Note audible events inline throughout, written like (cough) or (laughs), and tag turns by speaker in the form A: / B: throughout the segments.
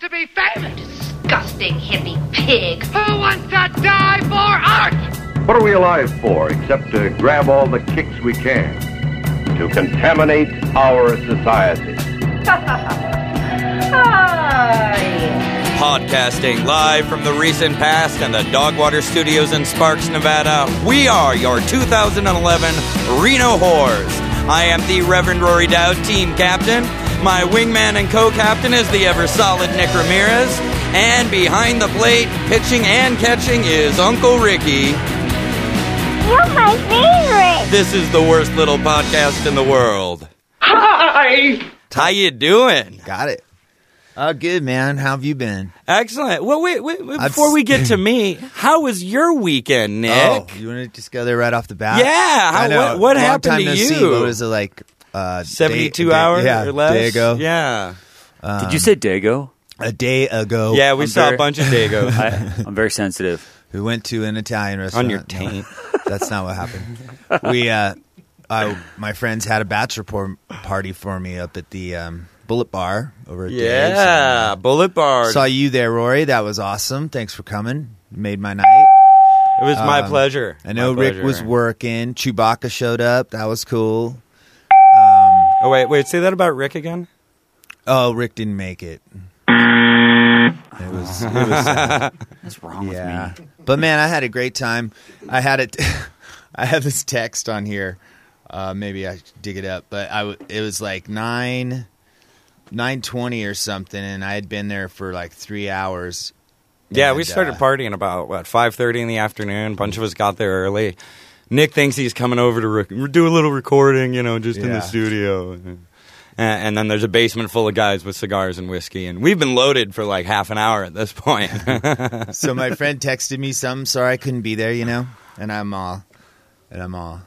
A: to be famous.
B: Disgusting hippie pig.
A: Who wants to die for art?
C: What are we alive for except to grab all the kicks we can? To contaminate our society.
B: Ah, yes.
D: Podcasting live from the recent past and the Dogwater Studios in Sparks, Nevada, we are your 2011 Reno Whores. I am the Reverend Rory Dowd, team captain. My wingman and co captain is the ever solid Nick Ramirez. And behind the plate, pitching and catching, is Uncle Ricky.
E: You're my favorite.
D: This is the worst little podcast in the world.
A: Hi.
D: How you doing?
F: Got it. Oh, good man. How have you been?
D: Excellent. Well, wait, wait, wait,
F: I've
D: before we get
F: s- (laughs)
D: to me, how was your weekend, Nick?
F: Oh, you want to just go there right off the bat?
D: Yeah, how-
F: I know.
D: what- what
F: Long
D: happened
F: time
D: to
F: no See,
D: you?
F: what was it like? Uh, day-
D: 72
F: day-
D: hours
F: yeah,
D: or less.
F: Day ago.
D: Yeah.
G: Did
D: Um,
G: you say Dago?
F: A day ago. Um,
D: Yeah, we
G: I'm
D: saw
G: very-
F: (laughs)
D: a bunch of Dagos.
G: I,
D: (laughs)
G: I'm very sensitive.
F: We went to an Italian restaurant.
D: your
F: No,
D: taint.
F: (laughs) that's not what happened. We, uh, I, my friends had a bachelor por- party for me up at the um, Bullet Bar over at Dave's.
D: yeah, Bullet Bar.
F: Saw you there, Rory. That was awesome. Thanks for coming. Made my night.
D: it was my
F: Um,
D: pleasure.
F: I know
D: My
F: Rick was
D: pleasure.
F: working. Chewbacca showed up. That was cool.
D: Oh wait, wait. Say that about Rick again.
F: Oh, Rick didn't make it. It was, it was
D: (laughs)
F: sad.
G: What's wrong
F: yeah.
G: with me?
F: But man, I had a great time. I had it. (laughs) I have this text on here. Uh, maybe I should dig it up. But I, w- it was like nine, nine twenty or something, and I had been there for like three hours.
D: Yeah, we
F: And,
D: started
F: uh,
D: partying about what five thirty in the afternoon. A bunch of us got there early. Nick thinks he's coming over to rec- do a little recording, you know, just in the
F: Yeah.
D: studio. And, and then there's a basement full of guys with cigars and whiskey, and we've been loaded for like half an hour at this point. (laughs)
F: so my friend texted me something. Sorry I couldn't be there, you know. And I'm all, and I'm all.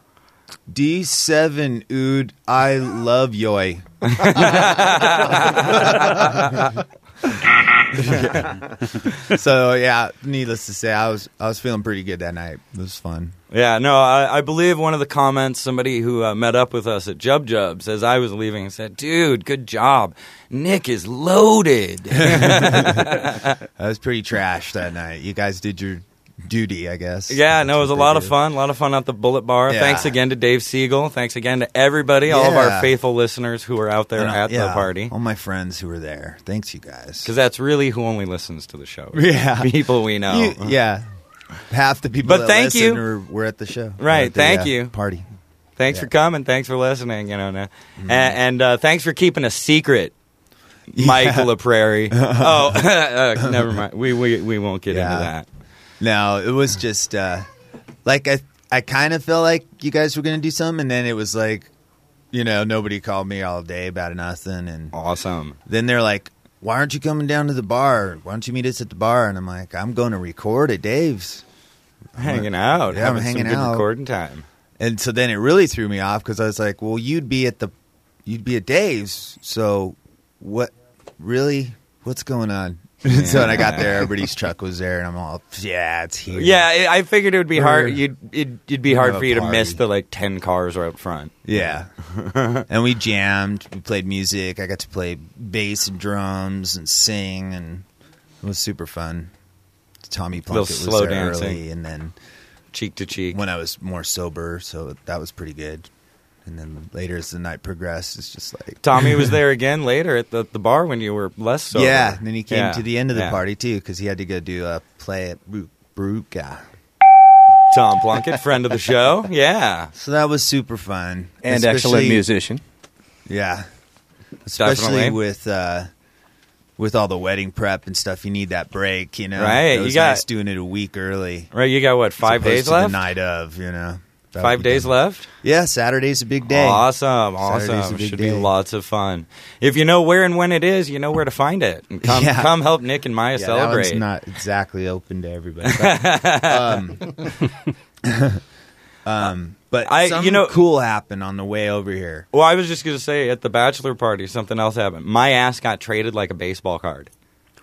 F: D seven ood, I love yoy. (laughs) so yeah, needless to say, I was I was feeling pretty good that night. It was fun.
D: Yeah, no, I, I believe one of the comments somebody who uh, met up with us at Jub Jubs as I was leaving said, "Dude, good job. Nick is loaded."
F: (laughs) I was pretty trash that night. You guys did your duty, I guess.
D: yeah,
F: That's
D: no, it was a
F: what
D: lot
F: they
D: of
F: do.
D: fun. A lot of fun at the Bullet Bar.
F: Yeah.
D: Thanks again to Dave Siegel. Thanks again to everybody, all of our
F: Yeah.
D: faithful listeners who were out there
F: And, uh,
D: at the
F: yeah,
D: party.
F: All my friends who were there. Thanks, you guys.
D: Because that's really who only listens to the show.
F: (laughs) Yeah.
D: people we know.
F: You- yeah. Half the people
D: Oh, uh-huh. But
F: that
D: thank
F: listen
D: you.
F: are- were at the show.
D: Right,
F: Or at the,
D: thank
F: uh,
D: you.
F: Party.
D: Thanks
F: Yeah. Mm-hmm.
D: for coming. Thanks for listening. You know, and, and, and uh, thanks for keeping a secret,
F: (laughs)
D: Michael LaPrairie. oh, (laughs) uh, never mind. We, we we won't get
F: Yeah.
D: into that.
F: No, it was just uh like I I kind of felt like you guys were going to do something and then it was like you know, nobody called me all day about nothing and
D: Awesome.
F: then they're like, "Why aren't you coming down to the bar? Why don't you meet us at the bar?" And I'm like, "I'm going to record at Dave's."
D: Hanging out.
F: Yeah, I'm
D: having
F: hanging
D: some good
F: out.
D: recording time.
F: And so then it really threw me off cuz I was like, "Well, you'd be at the you'd be at Dave's, so what really what's going
D: (laughs)
F: on?" so when I got there, everybody's truck was there, and I'm all, yeah, it's here.
D: Yeah, I I figured it would be hard.
F: Or-
D: You'd it'd, it'd be hard
F: Have a
D: for you to
F: party.
D: miss the like ten cars right up front.
F: Yeah.
D: (laughs)
F: and we jammed, we played music. I got to play bass and drums and sing and it was super fun. Tommy
D: Little
F: Plunkett was
D: slow
F: there
D: dancing.
F: early and then
D: cheek to cheek.
F: when (laughs) I was more sober, so that was pretty good. And then later as the night progressed, it's just like
D: Tommy was there again later at the, the bar when you were less sober.
F: Yeah, and then he came
D: Yeah,
F: to the end of the
D: yeah.
F: party too cuz he had to go do a play at Ru- Bruca.
D: Tom Plunkett, friend of
F: (laughs)
D: the show. Yeah,
F: So that was super fun.
G: And excellent
F: Especially-
G: musician.
F: Yeah.
D: definitely.
F: especially with uh, with all the wedding prep and stuff. You need that break, you know.
D: Right,
F: It
D: you
F: was
D: got-
F: nice doing it a week early.
D: Right, you got what? Five
F: as opposed
D: days
F: to
D: left.
F: The night of, you know. That
D: Five
F: would be
D: days
F: dumb.
D: left.
F: Yeah, Saturday's a big day.
D: Awesome,
F: Saturday's
D: awesome.
F: a big
D: Should be
F: day.
D: lots of fun. If you know where and when it is, you know where to find
F: (laughs)
D: it. And come,
F: Yeah.
D: come help Nick and Maya
F: Yeah,
D: celebrate.
F: That one's not exactly open to everybody. But,
D: (laughs)
F: um, (laughs) um, but
D: I- you
F: something
D: know-
F: cool happened on the way over here.
D: well, I was just going to say at the bachelor party, something else happened. My ass got traded like a baseball card.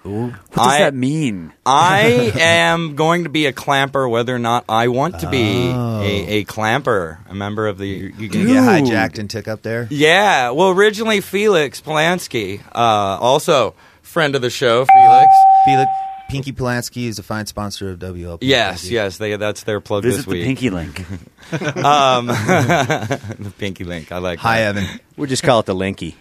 G: What does
D: I-
G: that mean?
D: I am going to be a clamper, whether or not I want to be
F: Oh.
D: a, a clamper, a member of the.
F: You gonna get hijacked and took up there?
D: Yeah. Well, originally Felix Polanski, uh, also friend of the show, Felix.
F: Felix Pinky Polanski is a fine sponsor of WLP.
D: Yes, yes, they, that's their plug
G: Visit
D: this
G: the
D: week.
G: Pinky
D: (laughs)
G: Link.
D: Um, the pinky link. I like.
F: Hi, Evan.
H: (laughs) We'll just call it the Linky.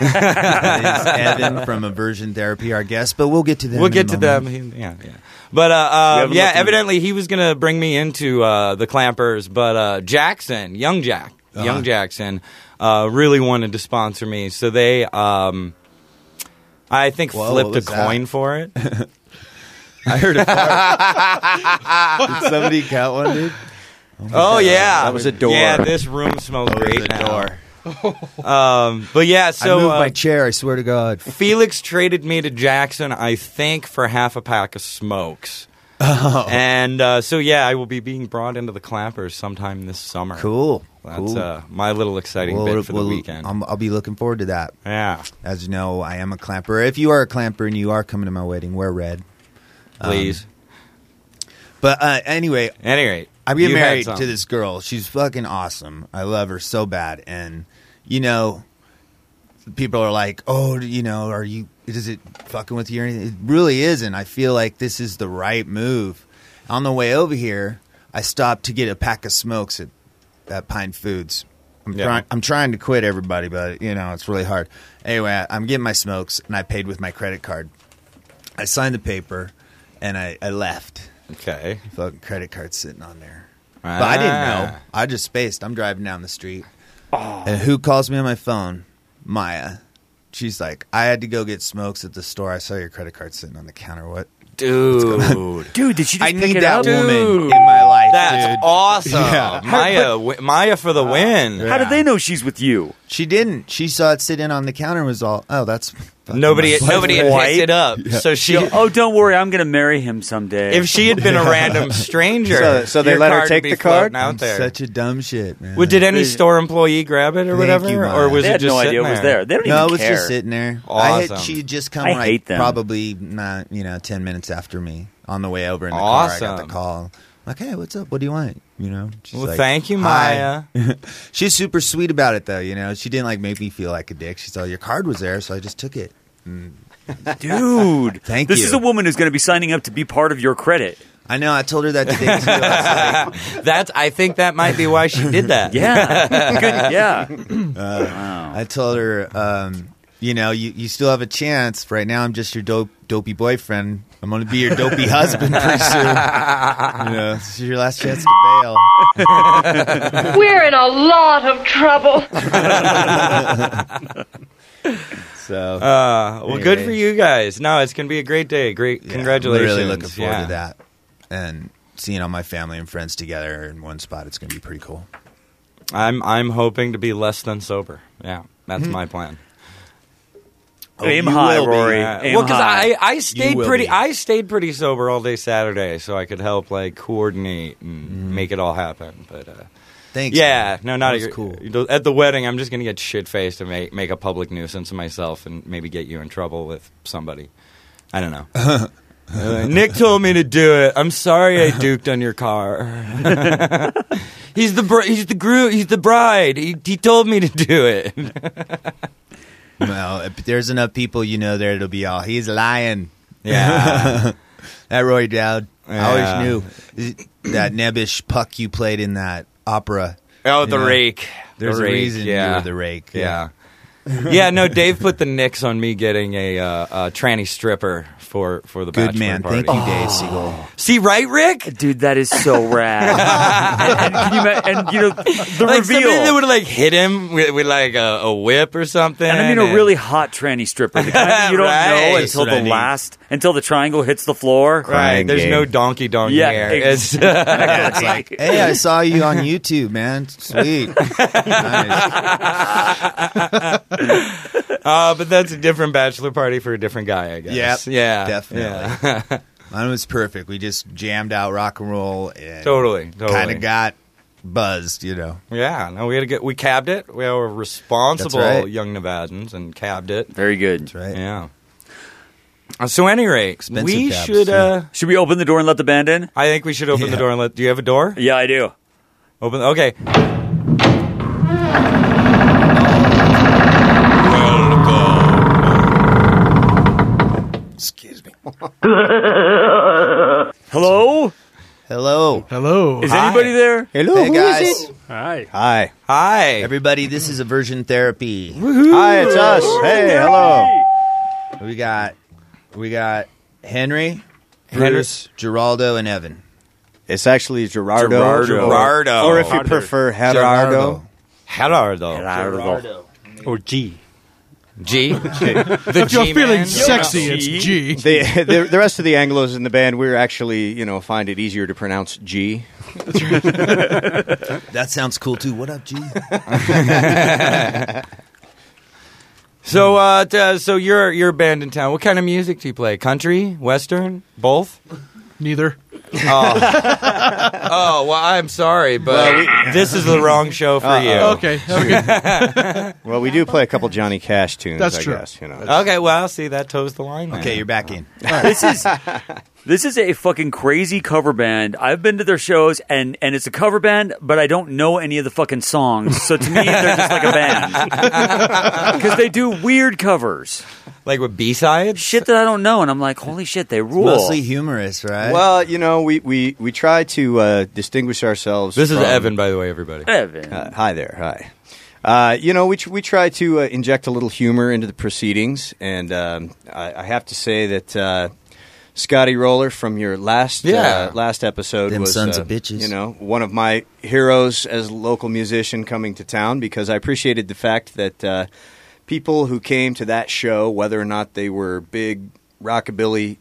F: It's Evan from Aversion Therapy, our guest, but we'll get to them.
D: We'll
F: in
D: get
F: a
D: to
F: moment.
D: them. He- Yeah, yeah. But uh, uh,
G: haven't
D: yeah,
G: looked in-
D: evidently he was gonna bring me into uh, the clampers, but uh, Jackson, young Jack,
F: Uh-huh.
D: young Jackson, uh, really wanted to sponsor me, so they, um, I think,
F: Whoa,
D: flipped
F: what
D: a
F: was that?
D: coin for
F: (laughs)
D: it.
F: I heard a fart. (laughs) Did somebody count one, dude?
D: oh yeah,
H: That was a door.
D: Yeah, this room smells
F: Oh, it was
D: great
F: a
D: now.
F: door.
D: Um, but yeah, so
F: I moved
D: uh,
F: my chair. I swear to God.
D: Felix traded me to Jackson, I think, for half a pack of smokes.
F: (laughs) Oh.
D: And uh, so, yeah, I will be being brought into the clappers sometime this summer.
F: Cool.
D: That's
F: cool.
D: uh, my little exciting bit for the
F: we'll-
D: weekend.
F: I'm, I'll be looking forward to that.
D: yeah,
F: As you know, I am a clamper. If you are a clamper and you are coming to my wedding, wear red.
D: please.
F: But uh, anyway,
D: At any rate,
F: I'm getting
D: you had
F: married
D: some.
F: to this girl. She's fucking awesome. I love her so bad. And you know, people are like, "Oh, you know, are you? Is it fucking with you?" Or anything? It really isn't. I feel like this is the right move. On the way over here, I stopped to get a pack of smokes at at Pine Foods. I'm,
D: Yeah.
F: try- I'm trying to quit everybody, but you know it's really hard. Anyway, I- I'm getting my smokes, and I paid with my credit card. I signed the paper, and I, I left
D: Okay.
F: fucking credit card sitting on there. But I didn't know.
D: Ah.
F: I just spaced. I'm driving down the street. And who calls me on my phone? Maya. She's like, I had to go get smokes at the store. I saw your credit card sitting on the counter. What? (laughs)
D: Dude.
G: Dude, did she just
F: I
G: pick
F: need
G: it
F: that
G: up?
F: woman in my life.
D: That's
F: dude.
D: awesome.
F: Yeah.
D: Maya,
F: (laughs)
D: wi- Maya for the win.
G: How did they know she's with you?
F: She didn't. She saw it sitting on the counter and was all, oh, that's. fucking
D: Nobody,
F: my-
D: nobody had
G: White?
D: picked it up. So she,
G: Oh, don't worry, I'm gonna marry him someday.
D: if she had been a
F: (laughs)
D: random stranger,
H: So- so they
D: your
H: let her
D: would
H: take
D: be
H: the card?
D: floating out
F: I'm
D: there.
F: Such a dumb shit, man.
D: Well, did any
G: Yeah.
D: store employee grab it or
F: Thank
D: whatever,
F: you, Mom.
D: or was
G: they
D: it
G: had
D: just
G: no idea
D: sitting
G: it was there.
D: there?
G: They don't
F: No, it
G: even
F: was
G: care.
F: just sitting there. I
D: Awesome.
F: had, she had just come
G: I
F: like
G: hate them.
F: probably not, you know, 10 minutes after me on the way over in the car. I got
D: Awesome.
F: the call. Like, hey, what's up? What do you want? You know? She's
D: Well,
F: like,
D: thank you,
F: "Hi."
D: Maya.
F: She's super sweet about it, though. You know, she didn't like make me feel like a dick. She's all, your card was there, so I just took it.
D: (laughs)
G: Dude,
F: Thank
G: this
F: you.
G: is a woman who's going to be signing up to be part of your credit.
F: I know. I told her that today, too. I was
D: (laughs)
F: like,
D: That's. I think that might be why she did
G: (laughs)
D: that.
G: Yeah, Good, yeah.
D: (laughs) Uh.
F: I told her, um, you know, you, you still have a chance. Right now, I'm just your dope, dopey boyfriend. I'm going to be your dopey husband pretty soon.
D: (laughs)
F: You know, this is your last chance to bail.
B: We're in a lot of trouble.
F: So,
D: Uh, well, good for
F: Anyway.
D: you guys. No, it's gonna be a great day. Great.
F: yeah,
D: congratulations.
F: I'm really looking forward
D: Yeah.
F: to that. And seeing all my family and friends together in one spot, it's going to be pretty cool.
D: I'm. I'm hoping to be less than sober. Yeah, that's
F: Hmm.
D: my plan. Oh,
G: Aim
F: you
G: high,
F: will be.
G: Rory.
D: Yeah.
G: Aim
D: well, because
G: high.
D: I, I stayed
F: will
D: pretty.
F: be.
D: I stayed pretty sober all day Saturday, so I could help like coordinate and
F: Hmm.
D: make it all happen. But. uh
F: Thanks.
D: Yeah, no, not
F: That
D: at your,
F: was
D: (laughs)
F: cool.
D: you know, At the wedding, I'm just gonna get shit faced and make make a public nuisance of myself and maybe get you in trouble with somebody. I
F: (laughs)
D: don't know. Uh, Nick told me to do it. I'm sorry I duked on your car. (laughs) he's the br- he's the groom he's the bride. He he told me to do it.
F: (laughs) Well, if there's enough people you know there, it'll be all. He's lying.
D: Yeah.
F: That Roy Dowd.
D: Yeah.
F: I always knew that nebbish puck you played in that opera.
D: Oh, the
F: Yeah.
D: rake. The
F: There's
D: rake,
F: a reason
D: yeah.
F: you were the rake.
D: Yeah.
F: (laughs)
D: yeah, no, Dave put the nicks on me getting a, uh, a tranny stripper for, for the
F: Good
D: bachelor
F: man.
D: party. Oh.
F: Thank you, Dave Siegel.
D: See, right, Rick?
G: Dude, that is so
D: (laughs)
G: rad. and, and you ma- and, you know, the
D: like somebody that
G: reveal.
D: would have like hit him with, with like a, a whip or something.
G: And I mean a really hot tranny stripper. The kind that you don't
D: Right.
G: know
D: That's
G: until
F: what I
G: the
F: need.
G: last, until the triangle hits the floor.
D: right.
H: crying
D: There's
H: game.
D: no donkey donkey
G: Yeah,
D: here.
G: ex-
D: It's- (laughs) uh,
F: Hey, I saw you on YouTube, man.
D: (laughs)
F: Sweet. nice.
D: uh, but that's a different bachelor party for a different guy, I guess.
F: Yep,
D: yeah,
F: definitely.
D: yeah.
F: Mine was perfect. We just jammed out rock and roll and
D: (laughs) totally, totally.
F: kind of got buzzed, you know.
D: yeah, no, we had to get we cabbed it. We were responsible
F: That's right.
D: young Nevadans and cabbed it.
G: Very good.
F: That's right.
D: Yeah. Uh, So, any rate,
F: Expensive
D: we
F: cabs,
D: should.
F: yeah.
D: Uh,
G: Should we open the door and let the band in?
D: I think we should open the
F: Yeah.
D: door and let. Do you have a door?
G: Yeah, I do.
D: Open. Okay.
F: Excuse me.
G: Hello?
F: Hello.
I: Hello.
G: Is anybody there?
J: Hello,
F: Hey
J: who
F: guys.
J: is it?
G: Hi.
J: Hi.
D: Hi.
F: Everybody, this is aversion therapy.
J: Hi, it's us. Hey, hello.
F: We got we got Henry,
J: Henry-
F: Bruce, Geraldo, and Evan.
J: It's actually Gerardo.
G: Gerardo.
D: Gerardo.
J: Or if you prefer, Gerardo.
D: Gerardo.
G: Gerardo. Or G.
D: G. (laughs) the
I: If you're
D: G-man.
I: feeling sexy, it's G.
J: The, the, the rest of the Anglos in the band, we're actually, you know, find it easier to pronounce G.
F: That sounds cool too. What up,
J: (laughs)
F: G?
D: So, uh, t- uh, so you're you're a band in town. What kind of music do you play? Country, western, both?
I: Neither.
D: (laughs) Oh well, I'm sorry, but this is the wrong show for you.
I: Okay. Have a good-
J: Well, we do play a couple Johnny Cash tunes,
I: That's
J: I
I: true.
J: guess. You know.
D: Okay, well, see that toes the line. then.
F: Okay, you're back in.
G: this is this is a fucking crazy cover band. I've been to their shows and and it's a cover band, but I don't know any of the fucking songs. So to me, they're just like a band because they do weird covers,
D: like with B sides.
G: shit that I don't know, and I'm like, holy shit, they rule.
F: Mostly humorous, right?
J: Well, you know, we, we, we try to uh, distinguish ourselves.
D: This is
J: from-
D: Evan, by the way, everybody.
G: Evan.
J: Uh, hi there. Hi. Uh, you know, we, tr- we try to uh, inject a little humor into the proceedings, and um, I, I have to say that uh, Scotty Roller from your last
D: Yeah.
J: uh, last episode
F: Them
J: was
F: sons
J: uh,
F: of bitches.
J: You know, one of my heroes as a local musician coming to town because I appreciated the fact that uh, people who came to that show, whether or not they were big rockabilly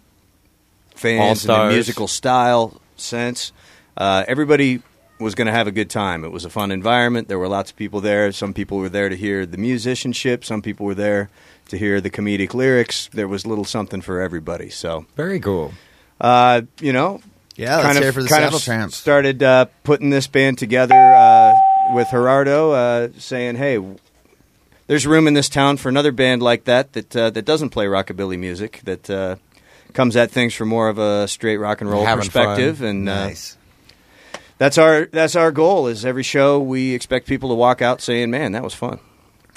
J: fans in the
D: All-stars.
J: musical style sense. Uh, everybody was going to have a good time. It was a fun environment. There were lots of people there. Some people were there to hear the musicianship. Some people were there to hear the comedic lyrics. There was little something for everybody. So,
D: Very cool.
J: uh, you know,
F: Yeah, let's
J: kind
F: hear
J: of,
F: for the
J: kind of
F: Saddle
J: s-
F: Tramps.
J: started uh, putting this band together uh, with Gerardo, uh, saying, "Hey, w- there's room in this town for another band like that that uh, that doesn't play rockabilly music that uh, comes at things from more of a straight rock and roll
D: Having
J: perspective."
D: fun.
J: And
F: nice.
J: uh, that's our that's our goal. Is every show we expect people to walk out saying, "Man, that was fun."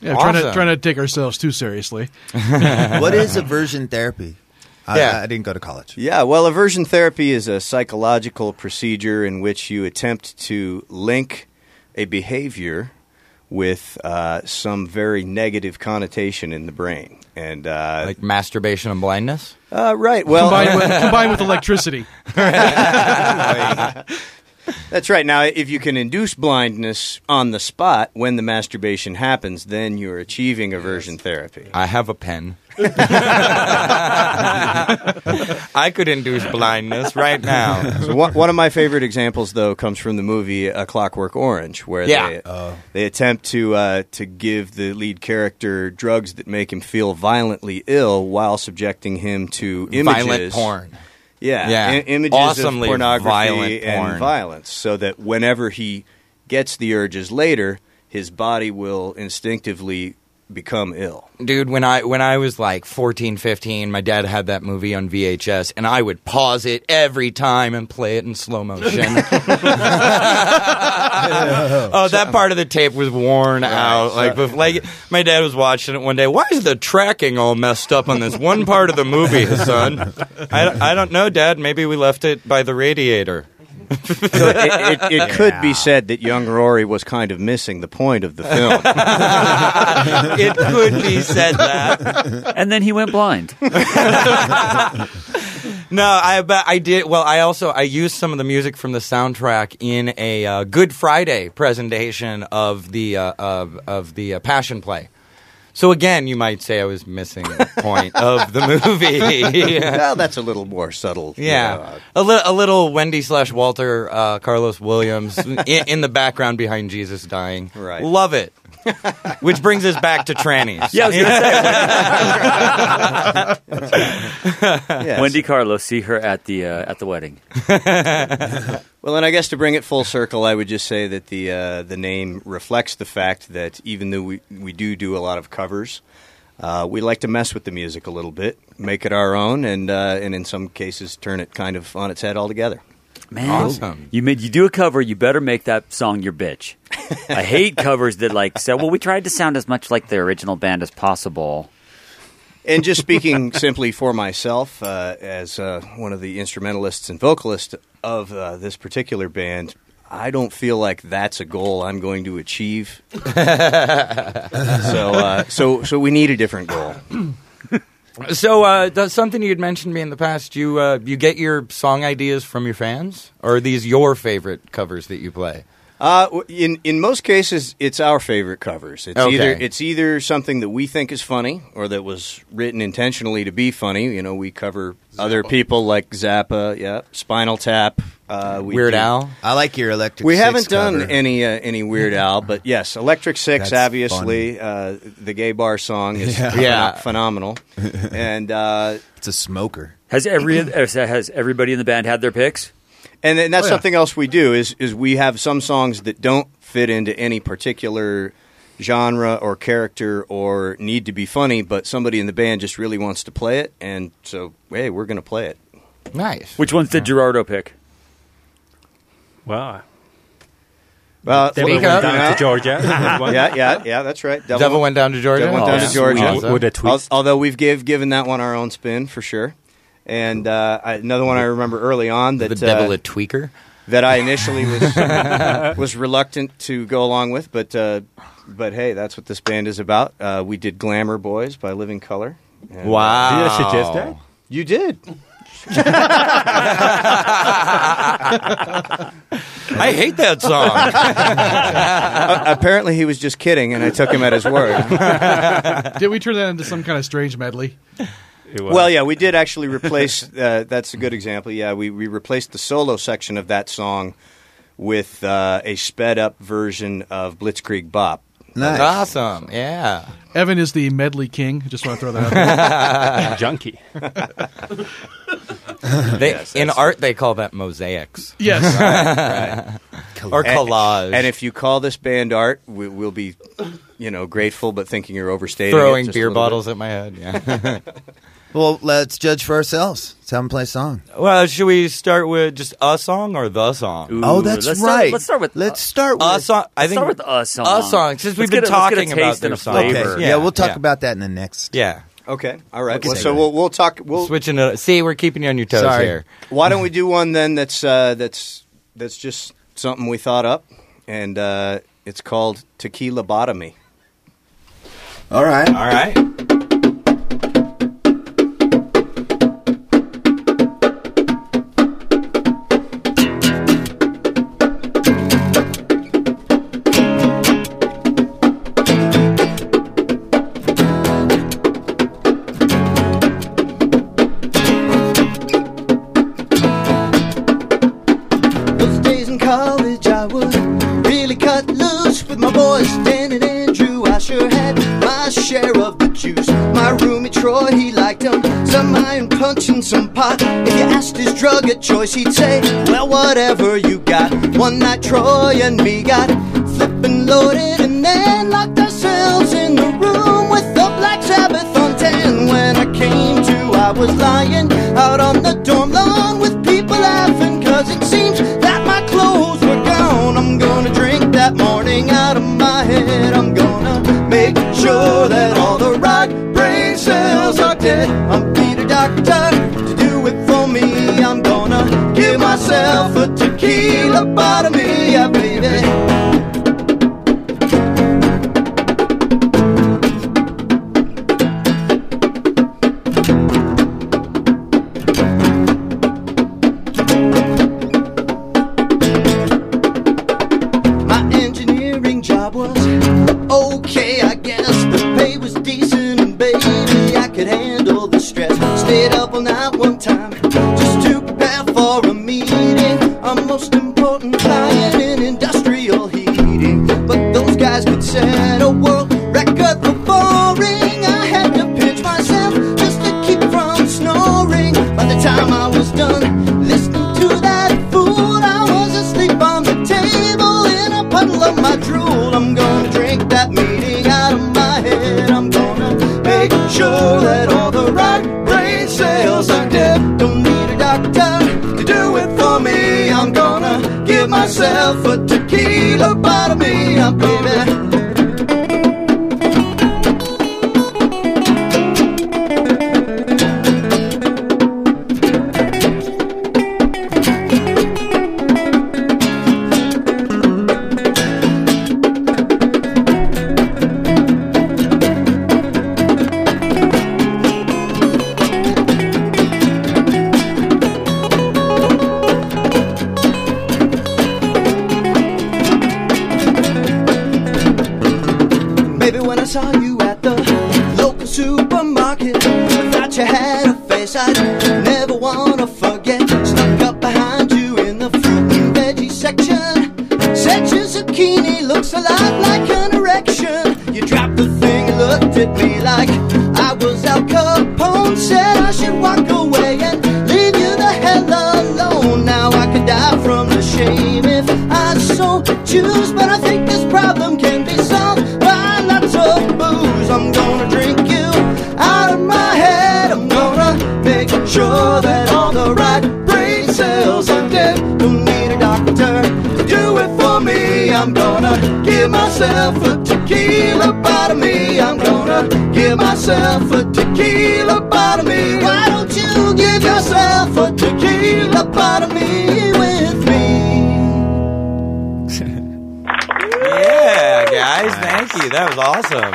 I: yeah, trying
D: Awesome.
I: to trying to take ourselves
D: (laughs)
I: too seriously.
F: what is aversion
J: (laughs)
F: therapy? I,
D: Yeah.
F: I didn't go to college.
J: Yeah, well, aversion therapy is a psychological procedure in which you attempt to link a behavior with uh, some very negative connotation in the brain. And uh,
D: Like masturbation and blindness.
J: uh, right, well, (laughs)
D: (laughs)
I: combined, with, combined with electricity.
J: that's right. Now, if you can induce blindness on the spot when the masturbation happens, then you're achieving aversion therapy.
D: I have a pen. (laughs) I could induce blindness right now.
J: So one, one of my favorite examples, though, comes from the movie A Clockwork Orange, where
D: Yeah.
J: they, they attempt to uh, to give the lead character drugs that make him feel violently ill while subjecting him to images.
D: Violent porn.
J: Yeah,
D: Yeah.
J: i- images
D: Awesomely
J: of pornography
D: violent
J: and
D: porn.
J: violence, so that whenever he gets the urges later, his body will instinctively become ill.
D: Dude, when I when I was like 14, 15, my dad had that movie on VHS and I would pause it every time and play it in slow motion. (laughs) oh, that part of the tape was worn out. Like bef- like my dad was watching it one day. Why is the tracking all messed up on this one part of the movie, son? I, I don't know, dad. Maybe we left it by the radiator. (laughs)
J: So it, it, it could be said that young Rory was kind of missing the point of the film.
D: (laughs) it could be said that.
G: and then he went blind.
D: No, I but I did. Well, I also I used some of the music from the soundtrack in a uh, Good Friday presentation of the uh, of of the uh, Passion Play. So again, you might say I was missing the point of the movie. (laughs) yeah,
J: Well, that's a little more subtle. you know, uh,
D: a, li- a little Wendy slash Walter uh, Carlos Williams in, in the background behind Jesus dying.
J: Right.
D: love it. Which brings us back to trannies.
G: Yeah, I was gonna
J: uh, yes.
G: Wendy Carlos, see her at the uh, at the wedding.
J: Well, and I guess to bring it full circle, I would just say that the uh, the name reflects the fact that even though we we do do a lot of covers, uh, we like to mess with the music a little bit, make it our own, and uh, and in some cases turn it kind of on its head altogether.
G: Man,
D: Awesome.
G: You made you do a cover. You better make that song your bitch. I hate covers that like say, "Well, we tried to sound as much like the original band as possible."
J: and just
D: (laughs)
J: speaking simply for myself, uh, as uh, one of the instrumentalists and vocalists of uh, this particular band, I don't feel like that's a goal I'm going to achieve. so, uh, so, so we need a different goal.
D: So, uh, does something you'd mentioned to me in the past, you uh, you get your song ideas from your fans, or are these your favorite covers that you play?
J: Uh, w- in in most cases, it's our favorite covers. It's
D: Okay.
J: either it's either something that we think is funny or that was written intentionally to be funny. You know, we cover other people like Zappa, yeah, Spinal Tap, uh, we
D: Weird
J: do-
D: Al.
F: I like your electric.
J: We
F: Six
J: haven't done
F: cover.
J: any uh, any Weird Al, but yes, Electric Six,
F: That's
J: obviously. Uh, the gay bar song is phenom-
D: Yeah.
J: phenomenal, and uh,
F: It's a smoker.
G: Has every uh, has everybody in the band had their picks?
J: and then that's
I: Oh, yeah.
J: something else we do is is we have some songs that don't fit into any particular genre or character or need to be funny, but somebody in the band just really wants to play it, and so hey, we're going to play it.
D: Nice.
G: Which ones did Gerardo pick?
K: Wow.
J: Well,
K: Devil
D: Speak
K: went
D: up.
K: down
J: Yeah.
K: uh,
J: (laughs)
K: to Georgia.
J: Oh, yeah, yeah, yeah, that's right.
D: Devil, went down to Georgia.
J: Devil went down to
D: Awesome.
J: Georgia.
D: Awesome.
K: With a tweet.
J: Al- Although we've give, given that one our own spin for sure. And uh, I- another one I remember early on that
D: The devil
J: uh,
D: a tweaker.
J: that I initially was was reluctant to go along with, but uh, but hey, that's what this band is about. Uh, we did Glamour Boys by Living Color. And, uh,
K: Did I suggest that?
J: you did.
L: I hate that
J: (laughs)
L: song.
J: A- Uh, apparently, he was just kidding, and I took him at his word.
I: Did we turn that into some kind of strange medley?
K: It was.
J: well, yeah, we did actually replace. (laughs) Uh, that's a good example. Yeah, we we replaced the solo section of that song with uh, a sped up version of Blitzkrieg Bop.
F: Nice.
J: Ah.
D: Awesome. Yeah.
I: Evan is the medley king. Just want to throw that
D: (laughs)
I: out there.
K: junkie.
D: They, in art, they call that mosaics
I: yes.
D: or collage.
J: And if you call this band art, we, we'll be, you know, grateful, but thinking you're overstating. it
D: throwing
J: just a
D: beer
J: little bit.
D: bottles at my head.
J: (laughs)
D: Yeah.
F: Well, let's judge for ourselves. Let's have them play a song.
L: well, should we start with just a song or the song?
F: oh, that's
G: let's start-
F: right.
G: let's start with- uh,
F: Let's start with.
L: A song. I
G: Let's
L: think
G: start with us song.
L: a song, since we've
G: Let's
L: been
G: get a- let's get a
L: talking about
G: taste and
L: their
G: a
L: song.
F: okay.
G: flavor.
F: Yeah,
L: Yeah,
F: we'll talk
L: yeah.
F: about that in the next.
L: Yeah.
J: Okay. All right.
F: Okay.
J: Well, so we'll we'll talk. We'll,
D: Switching it. See, we're keeping you on your toes
F: Sorry.
D: here.
J: why don't we do one then? That's uh, that's that's just something we thought up, and uh, it's called tequila botomy.
F: All right.
L: All right.
J: Those days in college, I would really cut loose with my boys, Dan and Andrew. I sure had my share of the juice. My roommate Troy, he liked them. Some iron punch and some pot. If you asked his drug of choice, he'd say, Well, whatever you got. One night, Troy and me got flippin' loaded and then locked ourselves in the room with the Black Sabbath on 10. When I came to, I was lying out on the dorm lawn with people laughing, cause it seems that my clothes were gone. I'm gonna drink that morning out of my head. I'm gonna make sure that all the right brain cells are dead. I'm Peter Doctor to do it for me. I'm gonna give myself a tequila botomy, yeah, baby. My engineering job was okay, I guess. The pay was decent, and baby, I could handle the stress. Stayed up all night one time just to prepare for a meeting. Our most important client in industrial heating. But those guys could set a world record for boring. I had to pinch myself just to keep from snoring. By the time I was done listening to that fool, I was asleep on the table in a puddle of my drool. I'm gonna drink that meeting out of my head. I'm gonna make sure that all the right brain cells are dead. Don't need a doctor to do it for me. I'm gonna give myself a tequila botomy, yeah, baby.
M: you had a face I never wanna forget. Snuck up behind you in the fruit and veggie section. Said your zucchini looks alive like an erection. You dropped the thing, looked at me like I was Al Capone. Said I should walk away and leave you the hell alone. Now I could die from the shame if I so choose. But I think this problem can be solved by lots of booze. I'm gonna drink you out of my head. I'm gonna make sure that all the right brain cells are dead. Don't need a doctor to do it for me. I'm gonna give myself a tequila me. I'm gonna give myself a tequila me. Why don't you give yourself a tequila me with me?
D: Yeah, guys, thank you. That was awesome.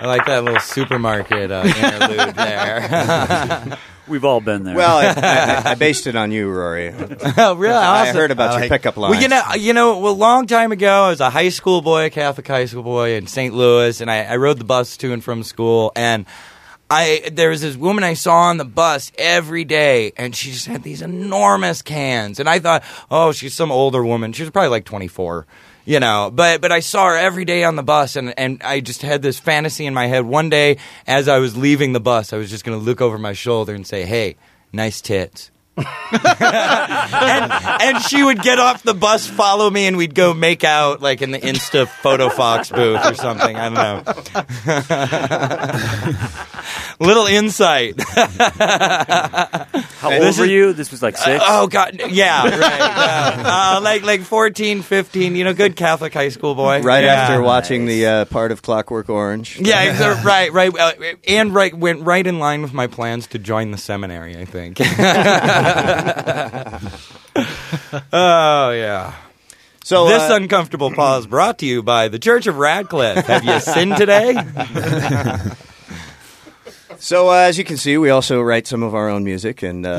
D: I like that little supermarket uh,
L: (laughs)
D: interlude there. (laughs)
G: We've all been there.
J: Well, I, I, I based it on you, Rory.
D: oh, really?
J: I
D: Awesome.
J: heard about your pickup line.
D: Well, you know, you know, well, long time ago, I was a high school boy, a Catholic high school boy in St. Louis, and I, I rode the bus to and from school, and I there was this woman I saw on the bus every day, and she just had these enormous cans, and I thought, oh, she's some older woman. She was probably like twenty four. You know, but but I saw her every day on the bus, and, and I just had this fantasy in my head. One day, as I was leaving the bus, I was just going to look over my shoulder and say, "Hey, nice tits." and she would get off the bus, follow me, and we'd go make out like in the Insta photo fox booth or something. I don't know. (laughs) Little insight.
G: How old were you? This was like six.
D: oh God, yeah, right. yeah. Uh, like like 14, 15, You know, good Catholic high school boy.
J: Right
D: Yeah.
J: after watching the uh, part of Clockwork Orange.
D: Yeah, exa- right, right, uh, and right went right in line with my plans to join the seminary. I think. (laughs) oh yeah.
J: So
D: this
J: uh,
D: uncomfortable pause brought to you by the Church of Radcliffe. Have you sinned (laughs) today?
J: So uh, as you can see, we also write some of our own music and uh,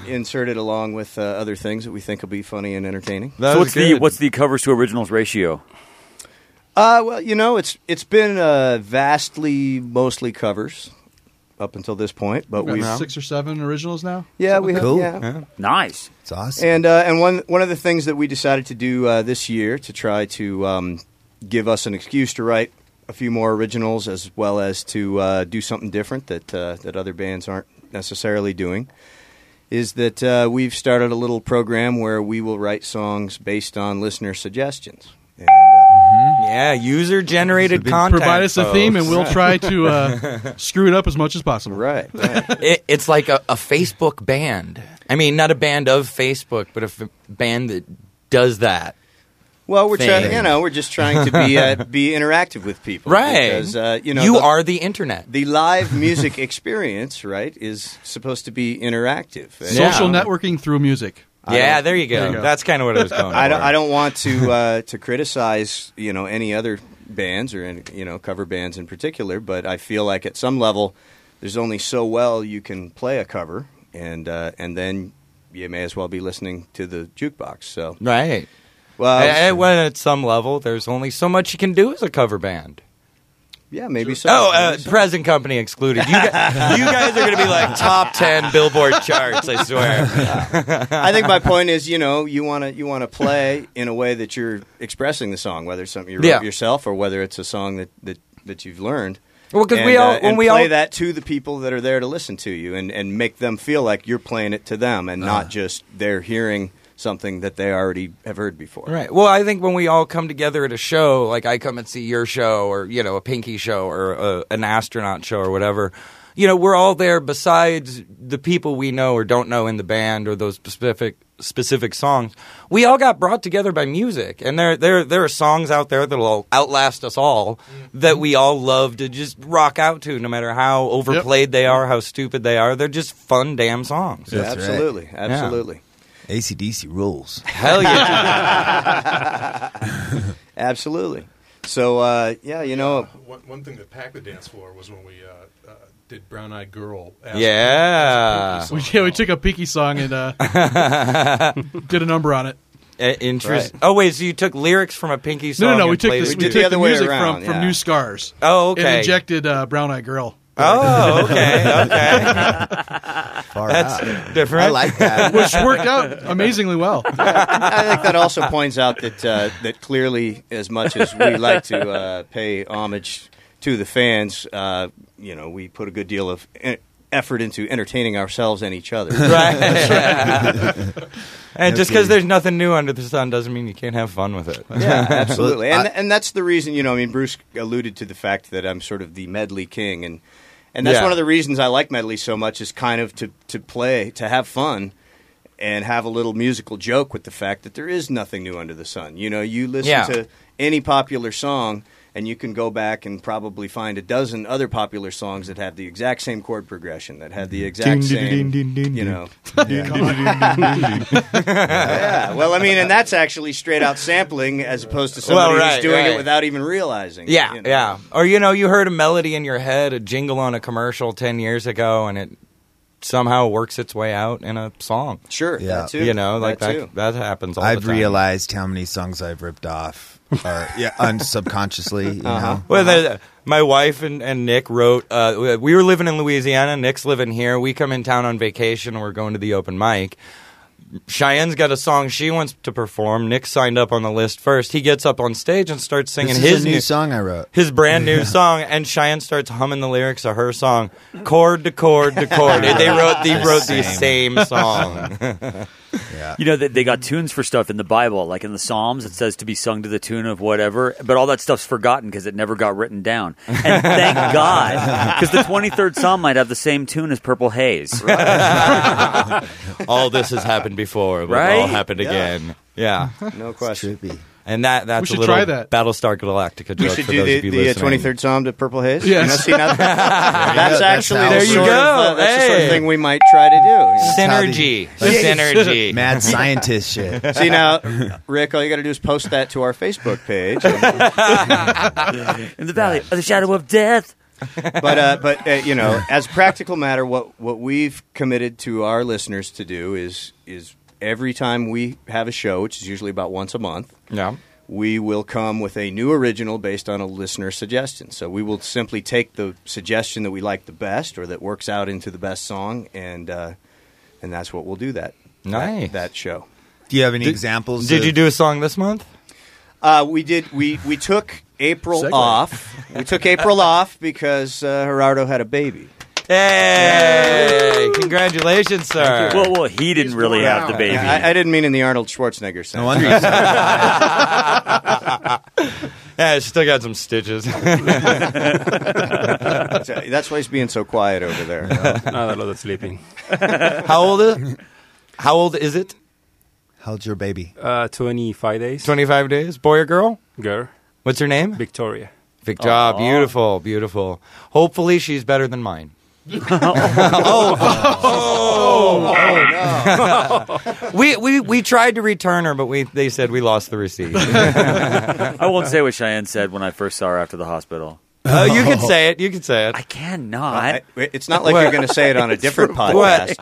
J: uh, insert it along with uh, other things that we think will be funny and entertaining.
G: so what's the what's the covers to originals ratio?
J: Uh, well, you know, it's it's been uh, vastly mostly covers up until this point, but
I: We've
J: we've
I: got six or seven originals now.
J: Yeah, we have- Cool. yeah.
G: Nice.
F: It's awesome.
J: And uh, and one one of the things that we decided to do uh, this year to try to um, give us an excuse to write a few more originals, as well as to uh, do something different that uh, that other bands aren't necessarily doing, is that uh, we've started a little program where we will write songs based on listener suggestions. And, uh,
D: Yeah, user generated content.
I: Provide us a theme, and we'll
D: folks.
I: try
D: (laughs)
I: to uh, screw it up as much as possible.
J: (laughs) Right.
D: it, it's like a, a Facebook band. I mean, not a band of Facebook, but a f- band that does that.
J: Well, we're trying,
D: Thing.
J: you know, we're just trying to be
D: (laughs)
J: uh, be interactive with people,
D: Right.
J: Because uh, you know,
D: You are the internet.
J: The live music experience, right, is supposed to be interactive. And-
I: Social networking through music.
J: I
D: Yeah,
J: don't-
D: there you go. That's kind of what I (laughs) was going.
J: I don't,
D: for.
J: I don't want
D: (laughs)
J: to uh, to criticize you know any other bands or any, you know cover bands in particular, but I feel like at some level there's only so well you can play a cover, and uh, and then you may as well be listening to the jukebox. So
D: Right.
J: Well,
D: I- I- well, at some level, there's only so much you can do as a cover band.
J: yeah, maybe so.
D: Oh, uh,
J: Maybe so.
D: present company excluded. You, guys, you guys are going to be like top ten Billboard charts. I (laughs) swear.
J: I think my point is, you know, you want to you want to play in a way that you're expressing the song, whether it's something you wrote
D: Yeah.
J: yourself or whether it's a song that that, that you've learned.
D: Well, 'cause
J: And,
D: we all-
J: uh,
D: when
J: and
D: we
J: play
D: all-
J: that to the people that are there to listen to you and and make them feel like you're playing it to them and
D: Uh-huh.
J: not just they're hearing something that they already have heard before.
D: Right. Well, I think when we all come together at a show, like I come and see your show, or you know, a Pinky show, or a, an astronaut show, or whatever, you know, we're all there. Besides the people we know or don't know in the band or those specific specific songs, we all got brought together by music, and there there there are songs out there that'll outlast us all that we all love to just rock out to, no matter how overplayed they are, how stupid they are. They're just fun damn songs.
J: Yeah, absolutely,
D: Yeah.
J: absolutely,
F: ACDC rules.
D: (laughs) Hell yeah.
J: absolutely. So uh, yeah, you know,
C: One, one thing that packed the dance floor was when we uh, uh, did Brown Eyed Girl. as-
D: Yeah.
C: as a
I: We,
C: Pinky song.
I: yeah, we took a Pinky song
D: (laughs)
I: and uh, did a number on it.
D: Uh, interest. Oh wait, so you took lyrics from a Pinky song?
I: No, no, no.
D: and
I: We took
D: played
I: this.
D: it-
I: We, took the, music from, from New Scars.
D: Oh, okay.
I: And injected uh, Brown Eyed Girl.
D: Oh, okay, okay.
F: Far
D: That's
F: out.
D: different.
F: I
D: (laughs)
F: like
I: (laughs)
F: that.
D: Which
I: worked
D: (laughs)
I: out amazingly well.
J: I think that also points out that uh, that clearly, as much as we like to uh, pay homage to the fans, uh, you know, we put a good deal of en- effort into entertaining ourselves and each other.
D: Right. and just because there's nothing new under the sun doesn't mean you can't have fun with it.
J: (laughs) yeah, absolutely, and and that's the reason. You know, I mean, Bruce alluded to the fact that I'm sort of the medley king, and and that's
D: Yeah.
J: one of the reasons I like medley so much is kind of to to play to have fun. And have a little musical joke with the fact that there is nothing new under the sun. You know, you listen
D: Yeah.
J: to any popular song, and you can go back and probably find a dozen other popular songs that have the exact same chord progression, that have
D: Mm-hmm.
J: the exact same, you know. yeah. Well, I mean, and that's actually straight out sampling as opposed to somebody
D: Well, right,
J: who's doing
D: right.
J: it without even realizing.
D: Yeah,
J: you know.
D: yeah. Or you know, you heard a melody in your head, a jingle on a commercial ten years ago, and it somehow works its way out in a song.
J: Sure,
F: Yeah. that too,
D: You know, like
F: that
D: that
F: too.
D: that, happens all
F: I've
D: the time.
F: realized how many songs I've ripped off, or yeah, unsubconsciously. You
D: Uh-huh.
F: know,
D: Well, the, my wife and, and Nick wrote. Uh, we- we were living in Louisiana. Nick's living here. We come in town on vacation. We're going to the open mic. Cheyenne's got a song she wants to perform. Nick signed up on the list first. He gets up on stage and starts singing
F: This is
D: his
F: a new song I wrote.
D: his brand (laughs) new
F: Yeah.
D: song, and Cheyenne starts humming the lyrics of her song, chord to chord to chord. they wrote (laughs) they wrote the same song.
G: You know, they, they got tunes for stuff in the Bible, like in the Psalms, it says to be sung to the tune of whatever, but all that stuff's forgotten because it never got written down. And
D: (laughs)
G: thank God, because the 23rd Psalm might have the same tune as Purple Haze.
D: (laughs) all this has happened before. It
G: Right?
D: will all happen
G: Yeah.
D: again. Yeah.
J: No question.
D: And that that's
J: We should
D: a little
J: try that.
D: Battlestar Galactica joke
J: We should
D: for
J: do
D: those
J: the,
D: of you
J: the uh,
D: listening.
J: 23rd Psalm to Purple Haze.
D: Yes.
J: You know, see, now
D: (laughs)
J: that-
D: That's
J: that's
D: how-
J: actually
D: There
J: the
D: you
J: sort
D: go.
J: Of, uh, that's the sort
D: Hey.
J: of thing we might try to do.
D: (laughs)
J: you know.
D: Synergy.
J: (laughs)
D: Synergy.
F: mad scientist shit.
J: See now, Rick, all you got to do is post that to our Facebook page. In
G: the valley of the shadow of death.
J: but uh, but uh, you know, as a practical matter, what what we've committed to our listeners to do is is every time we have a show, which is usually about once a month.
D: Yeah.
J: We will come with a new original based on a listener suggestion. So we will simply take the suggestion that we like the best or that works out into the best song, and uh, and that's what we'll do that that,
D: Nice.
J: that show.
F: Do you have any
J: Did-
F: examples?
D: Did
F: of-
D: you do a song this month?
J: Uh, we did. We we took April
D: Segue.
J: off. We took April off because uh, Gerardo had a baby.
D: Hey! Congratulations, sir.
G: Well, well, he didn't really have the
D: (laughs)
G: baby.
J: I, I didn't mean in the Arnold Schwarzenegger sense. No
D: wonder you Yeah, it's still got
J: (laughs)
D: some stitches.
J: That's why he's being so quiet over there.
K: No, they're not sleeping.
D: how old is How old is it?
F: How old's your baby?
K: Uh, 25 days.
D: 25 days? Boy or girl?
K: Girl.
D: What's her name?
K: Victoria.
D: Vic job. Beautiful, beautiful. Hopefully she's better
G: (laughs)
D: than mine. oh.
G: Oh,
D: (laughs) we, we we tried to return her, but we they said we lost the receipt. Uh,
G: I won't say what Cheyenne said when I first saw her after the hospital.
D: Oh, you can say it. You can say it. I
G: cannot. (laughs)
J: I- it's not like you're going to say it on a different podcast.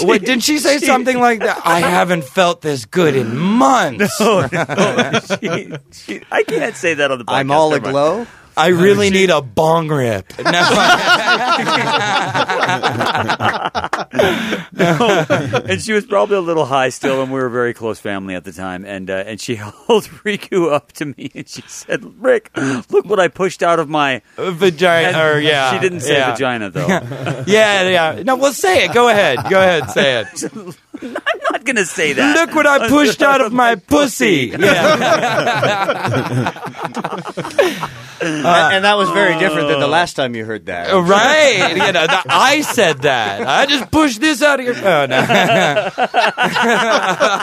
D: What? what? Didn't she say something like that? I haven't felt this good in months.
G: oh, She- she- I can't say that on the podcast.
D: I'm all
G: never mind.
D: aglow? I really need a bong rip. (laughs)
G: no. (laughs) And she was probably a little high still, and we were a very close family at the time. And uh, and she (laughs) held Riku up to me, and she said, "Rick, look what I pushed out of my
D: vagina." or, yeah,
G: she didn't say
D: yeah.
G: vagina though.
D: yeah, yeah. No, well, say it. Go ahead. Go ahead. Say it.
G: (laughs) I'm not gonna say that.
D: Look what I pushed out of
G: (laughs)
D: my pussy.
J: and, and that was very different than the last time you heard that.
D: Oh, Right. You know, the, I said that. I just pushed this out of your. Oh, no.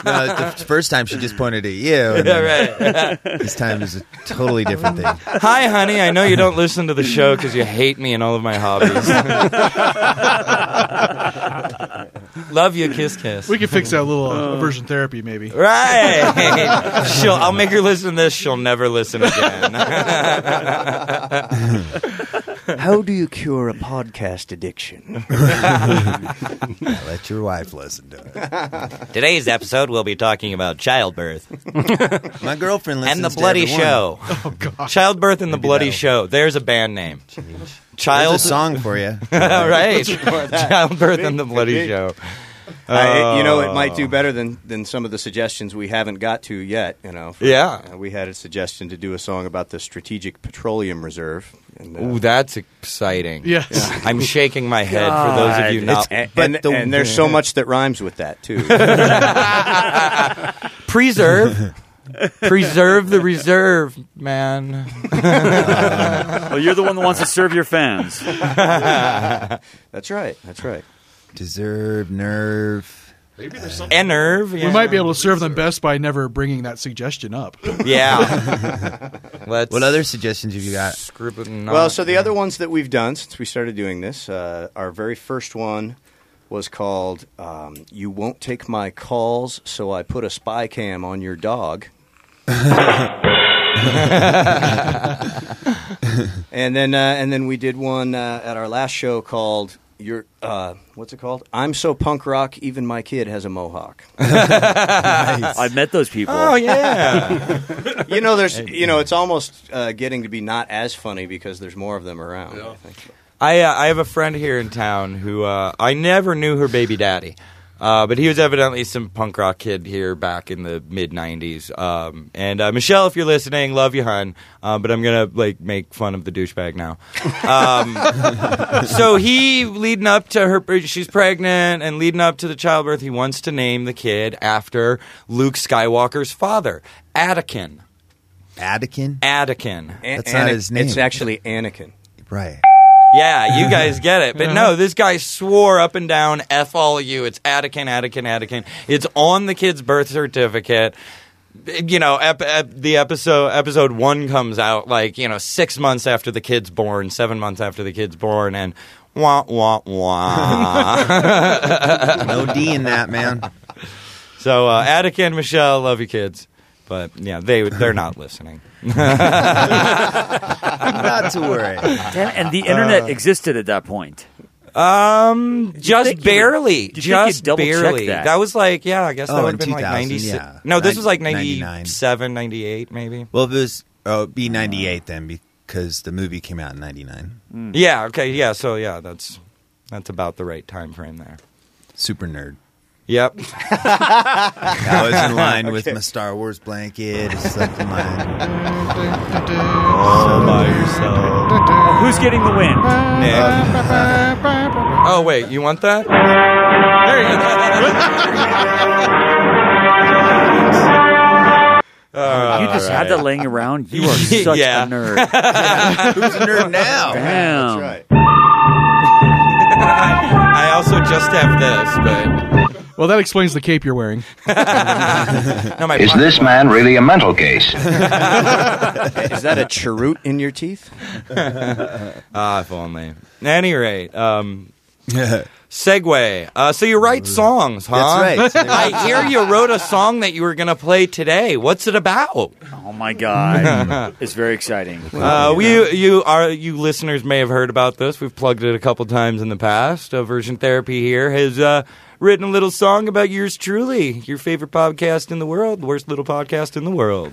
F: No, the first time she just pointed at you. and
D: Yeah,
F: then This time is a totally different thing.
D: (laughs) Hi, honey. I know you don't listen to the show because you hate me and all of my hobbies. (laughs) Love you. Kiss, kiss.
I: We could fix that little uh, aversion therapy, maybe.
D: Right. She'll, I'll make her listen to this. She'll never listen (laughs) again.
J: How do you cure a podcast addiction?
F: Let your wife listen to it.
D: Today's episode, we'll be talking about childbirth.
F: My girlfriend listens
D: and the
F: to
D: bloody
F: every one.
D: show. Oh, God. Childbirth and the bloody show. There's a band name. Child
F: There's a song for
D: (laughs)
F: you.
D: All right.
J: (laughs) Or that.
D: Childbirth and the bloody
J: Indeed.
D: show.
J: I, you know, it
D: Uh, Oh.
J: might do better than, than some of the suggestions we haven't got to yet. You know,
D: Yeah.
J: uh, we had a suggestion to do a song about the Strategic Petroleum Reserve. And, uh,
D: Ooh, that's exciting.
J: Yes.
D: Yeah. I'm shaking my head for those of you not.
J: And, and,
D: the-
J: and there's so much that rhymes with that
D: (laughs)
J: too.
D: preserve. (laughs) Preserve the reserve, man.
G: well, you're the one that wants to serve your fans.
J: That's right. That's right.
F: Deserve nerve.
C: Maybe there's
D: something. And nerve.
C: We might be able to serve them best by never bringing that suggestion up. (laughs)
F: what other suggestions have you got?
D: Uh,
J: Well, so the other ones that we've done since we started doing this, uh, our very first one was called um, "You Won't Take My Calls," so I put a spy cam on your dog. and then, uh, and then we did one uh, at our last show called "Your uh, What's it called?" I'm so punk rock, even my kid has a mohawk. (laughs)
G: I've met those people.
J: (laughs)
D: Oh,
J: you know, there's, you know, it's almost uh, getting to be not as funny because there's more of them around. I think.
D: I uh, I have a friend here in town who uh, I never knew her baby daddy, uh, but he was evidently some punk rock kid here back in the mid '90s. Um, and uh, Michelle, if you're listening, love you, hun. Uh, but I'm gonna like make fun of the douchebag now. Um, (laughs) so he leading up to her, she's pregnant, and leading up to the childbirth, he wants to name the kid after Luke Skywalker's father, Attican.
F: Attican.
D: Attican.
F: That's not Anakin- his name. it's
J: actually Anakin.
F: Right.
D: Yeah, you guys get it. But no, this guy swore up and down, F all of you. It's Attican, Attican, Attican. It's on the kid's birth certificate. You know, ep- ep- the episode episode one comes out like you know six months after the kid's born, seven months after the kid's born, and wah wah wah.
F: no D in that man.
D: So uh, Attican, Michelle, love you kids, but yeah, they they're not listening.
F: Not to worry.
G: Damn, and the internet existed at that point.
D: Um, just
G: think you would-
D: barely,
G: did you think
D: just
G: you'd double-check
D: barely.
G: that?
D: was like, yeah, I guess that
F: Oh,
D: would have
F: in
D: been like
F: 2000,
D: 96.
F: yeah.
D: No, this
F: Nin-
D: was like
F: 99.
D: 97, 98 maybe.
F: Well, if it was oh, it'd be ninety eight then because the movie came out in ninety nine.
D: Yeah, okay, yeah, so yeah, that's that's about the right time frame there.
F: Super nerd.
D: Yep.
F: I was (laughs) in line with
D: Okay.
F: my Star Wars blanket. I slept in mine.
D: All by yourself.
G: Who's getting the win?
D: Oh wait, you want that? There you go.
G: you just had that laying around. You are such
D: Yeah.
G: a nerd.
F: Who's a nerd now?
G: Damn.
D: (laughs) I also just have this, but
C: Well, that explains the cape you're wearing.
D: no, my
N: Is this man really a mental case?
J: Is that a cheroot in your teeth?
D: Ah, if only. At any
F: (laughs)
D: rate, um, segue. Uh, so you write songs, huh?
F: That's right.
D: I hear you wrote a song that you were going to play today. What's it about?
G: Oh my god, it's very exciting.
D: Uh, we, you, are, you listeners may have heard about this. We've plugged it a couple times in the past. Aversion Therapy here has uh, written a little song about yours truly, your favorite podcast in the world, the worst little podcast in the world.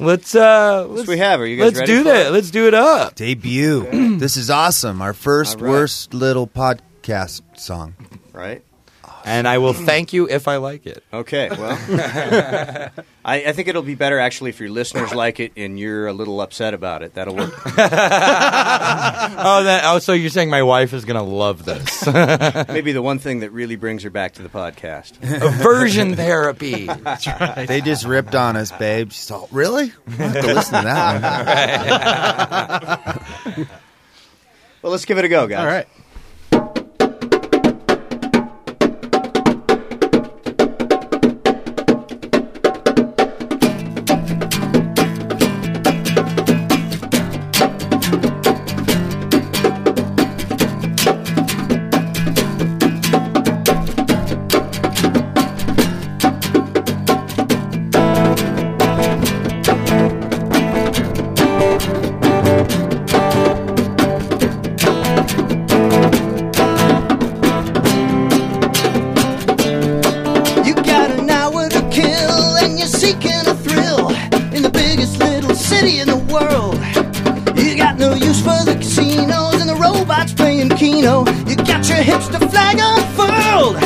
D: Let's uh, let's,
J: we have. Are you guys
D: let's
J: ready
D: do
J: for
D: that.
J: it?
D: Let's do it
F: (clears throat)
D: up.
F: Debut. this is awesome. Our first
J: All right.
F: worst little podcast song.
J: Right.
D: And I will thank you if I like it.
J: Okay. Well, I, I think it'll be better actually if your listeners like it and you're a little upset about it. That'll work.
D: (laughs) Oh, that. Oh, so you're saying my wife is gonna love (laughs) this
J: Maybe the one thing that really brings her back to the podcast.
D: aversion therapy?
F: They just ripped on us, babe. She's all, really? I have to listen to (laughs) that one.
J: Well, let's give it a go, guys.
C: All right.
E: Thank
M: casino. You got your hipster flag unfurled.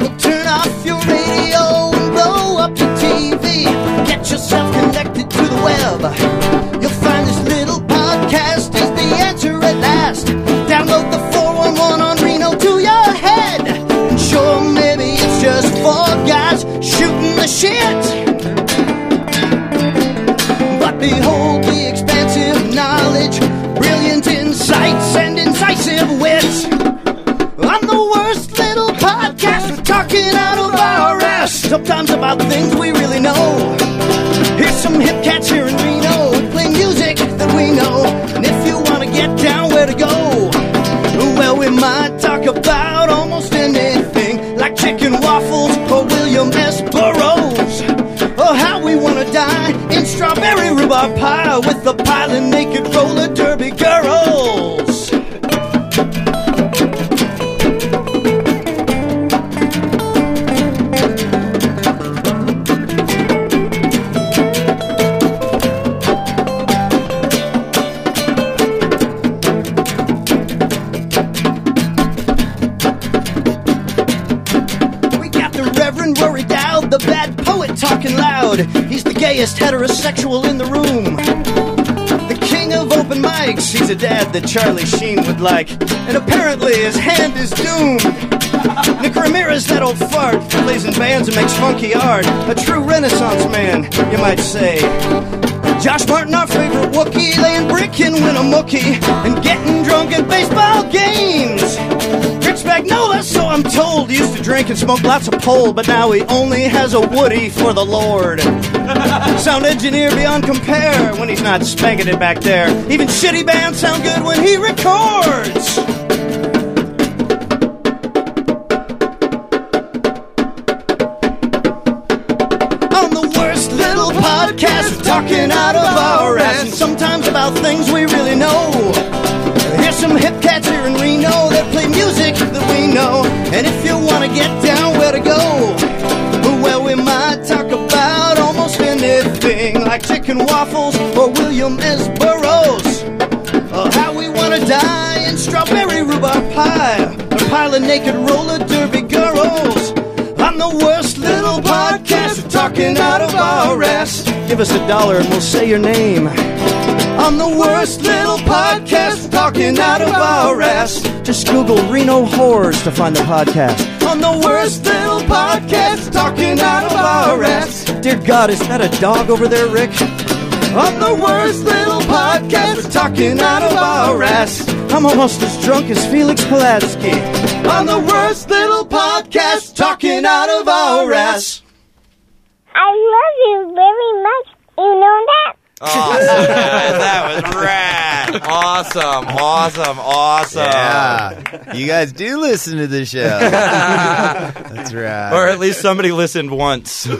M: Well, turn off your radio and blow up your TV. Get yourself connected to the web. You'll find this little podcast is the answer at last. Download the 411 on Reno to your head. And sure, maybe it's just four guys shooting the shit. But behold the expansive knowledge, brilliant insights, and incisive wits. I'm the worst little podcast for talking out of our ass. Sometimes about things we really know. Here's some hip cats here in Reno who play music that we know. And if you want to get down, where to go? Well, we might talk about almost anything, like chicken waffles or William S. Burroughs. Oh, how we wanna die in strawberry rhubarb pie with the pile of naked roller derby girls. We got the Reverend Rory Dowd, the bad poet talking loud. He's the gayest heterosexual in the room. The king of open mics, he's a dad that Charlie Sheen would like. And apparently his hand is doomed. (laughs) Nick Ramirez, that old fart, plays in bands and makes funky art. A true renaissance man, you might say. Josh Martin, our favorite Wookie, laying brick in Winnemucca and getting drunk at baseball games. Rich Magnola, so I'm told, used to drink and smoke lots of pole, but now he only has a Woody for the Lord. (laughs) Sound engineer beyond compare when he's not spanking it back there. Even shitty bands sound good when he records. on the worst little podcast we're talking out of our ass and sometimes about things we really know. Here's some hip cats here in Reno that play music that we know. And if you wanna get down, where to go? Well, we might talk about almost anything, like chicken waffles or William S. Burroughs. Or Uh, how we wanna die in strawberry rhubarb pie, or pile of naked roller derby girls. I'm the worst little podcast for talking out of our ass. Give us a dollar and we'll say your name. I'm the worst little podcast for talking out of our ass. Just Google Reno Horrors to find the podcast. I'm the worst little podcast for talking out of our ass. Dear God, is that a dog over there, Rick? I'm the worst little podcast for talking out of our ass. I'm almost as drunk as Felix Pulaski. I'm the worst little podcast talking out of our ass.
E: I love you very much. You know that?
L: Awesome. (laughs) that was rad. Awesome. Awesome. Awesome.
F: Yeah. You guys do listen to the (laughs) show. That's right.
D: or at least somebody
F: (laughs)
D: listened once. (laughs) no,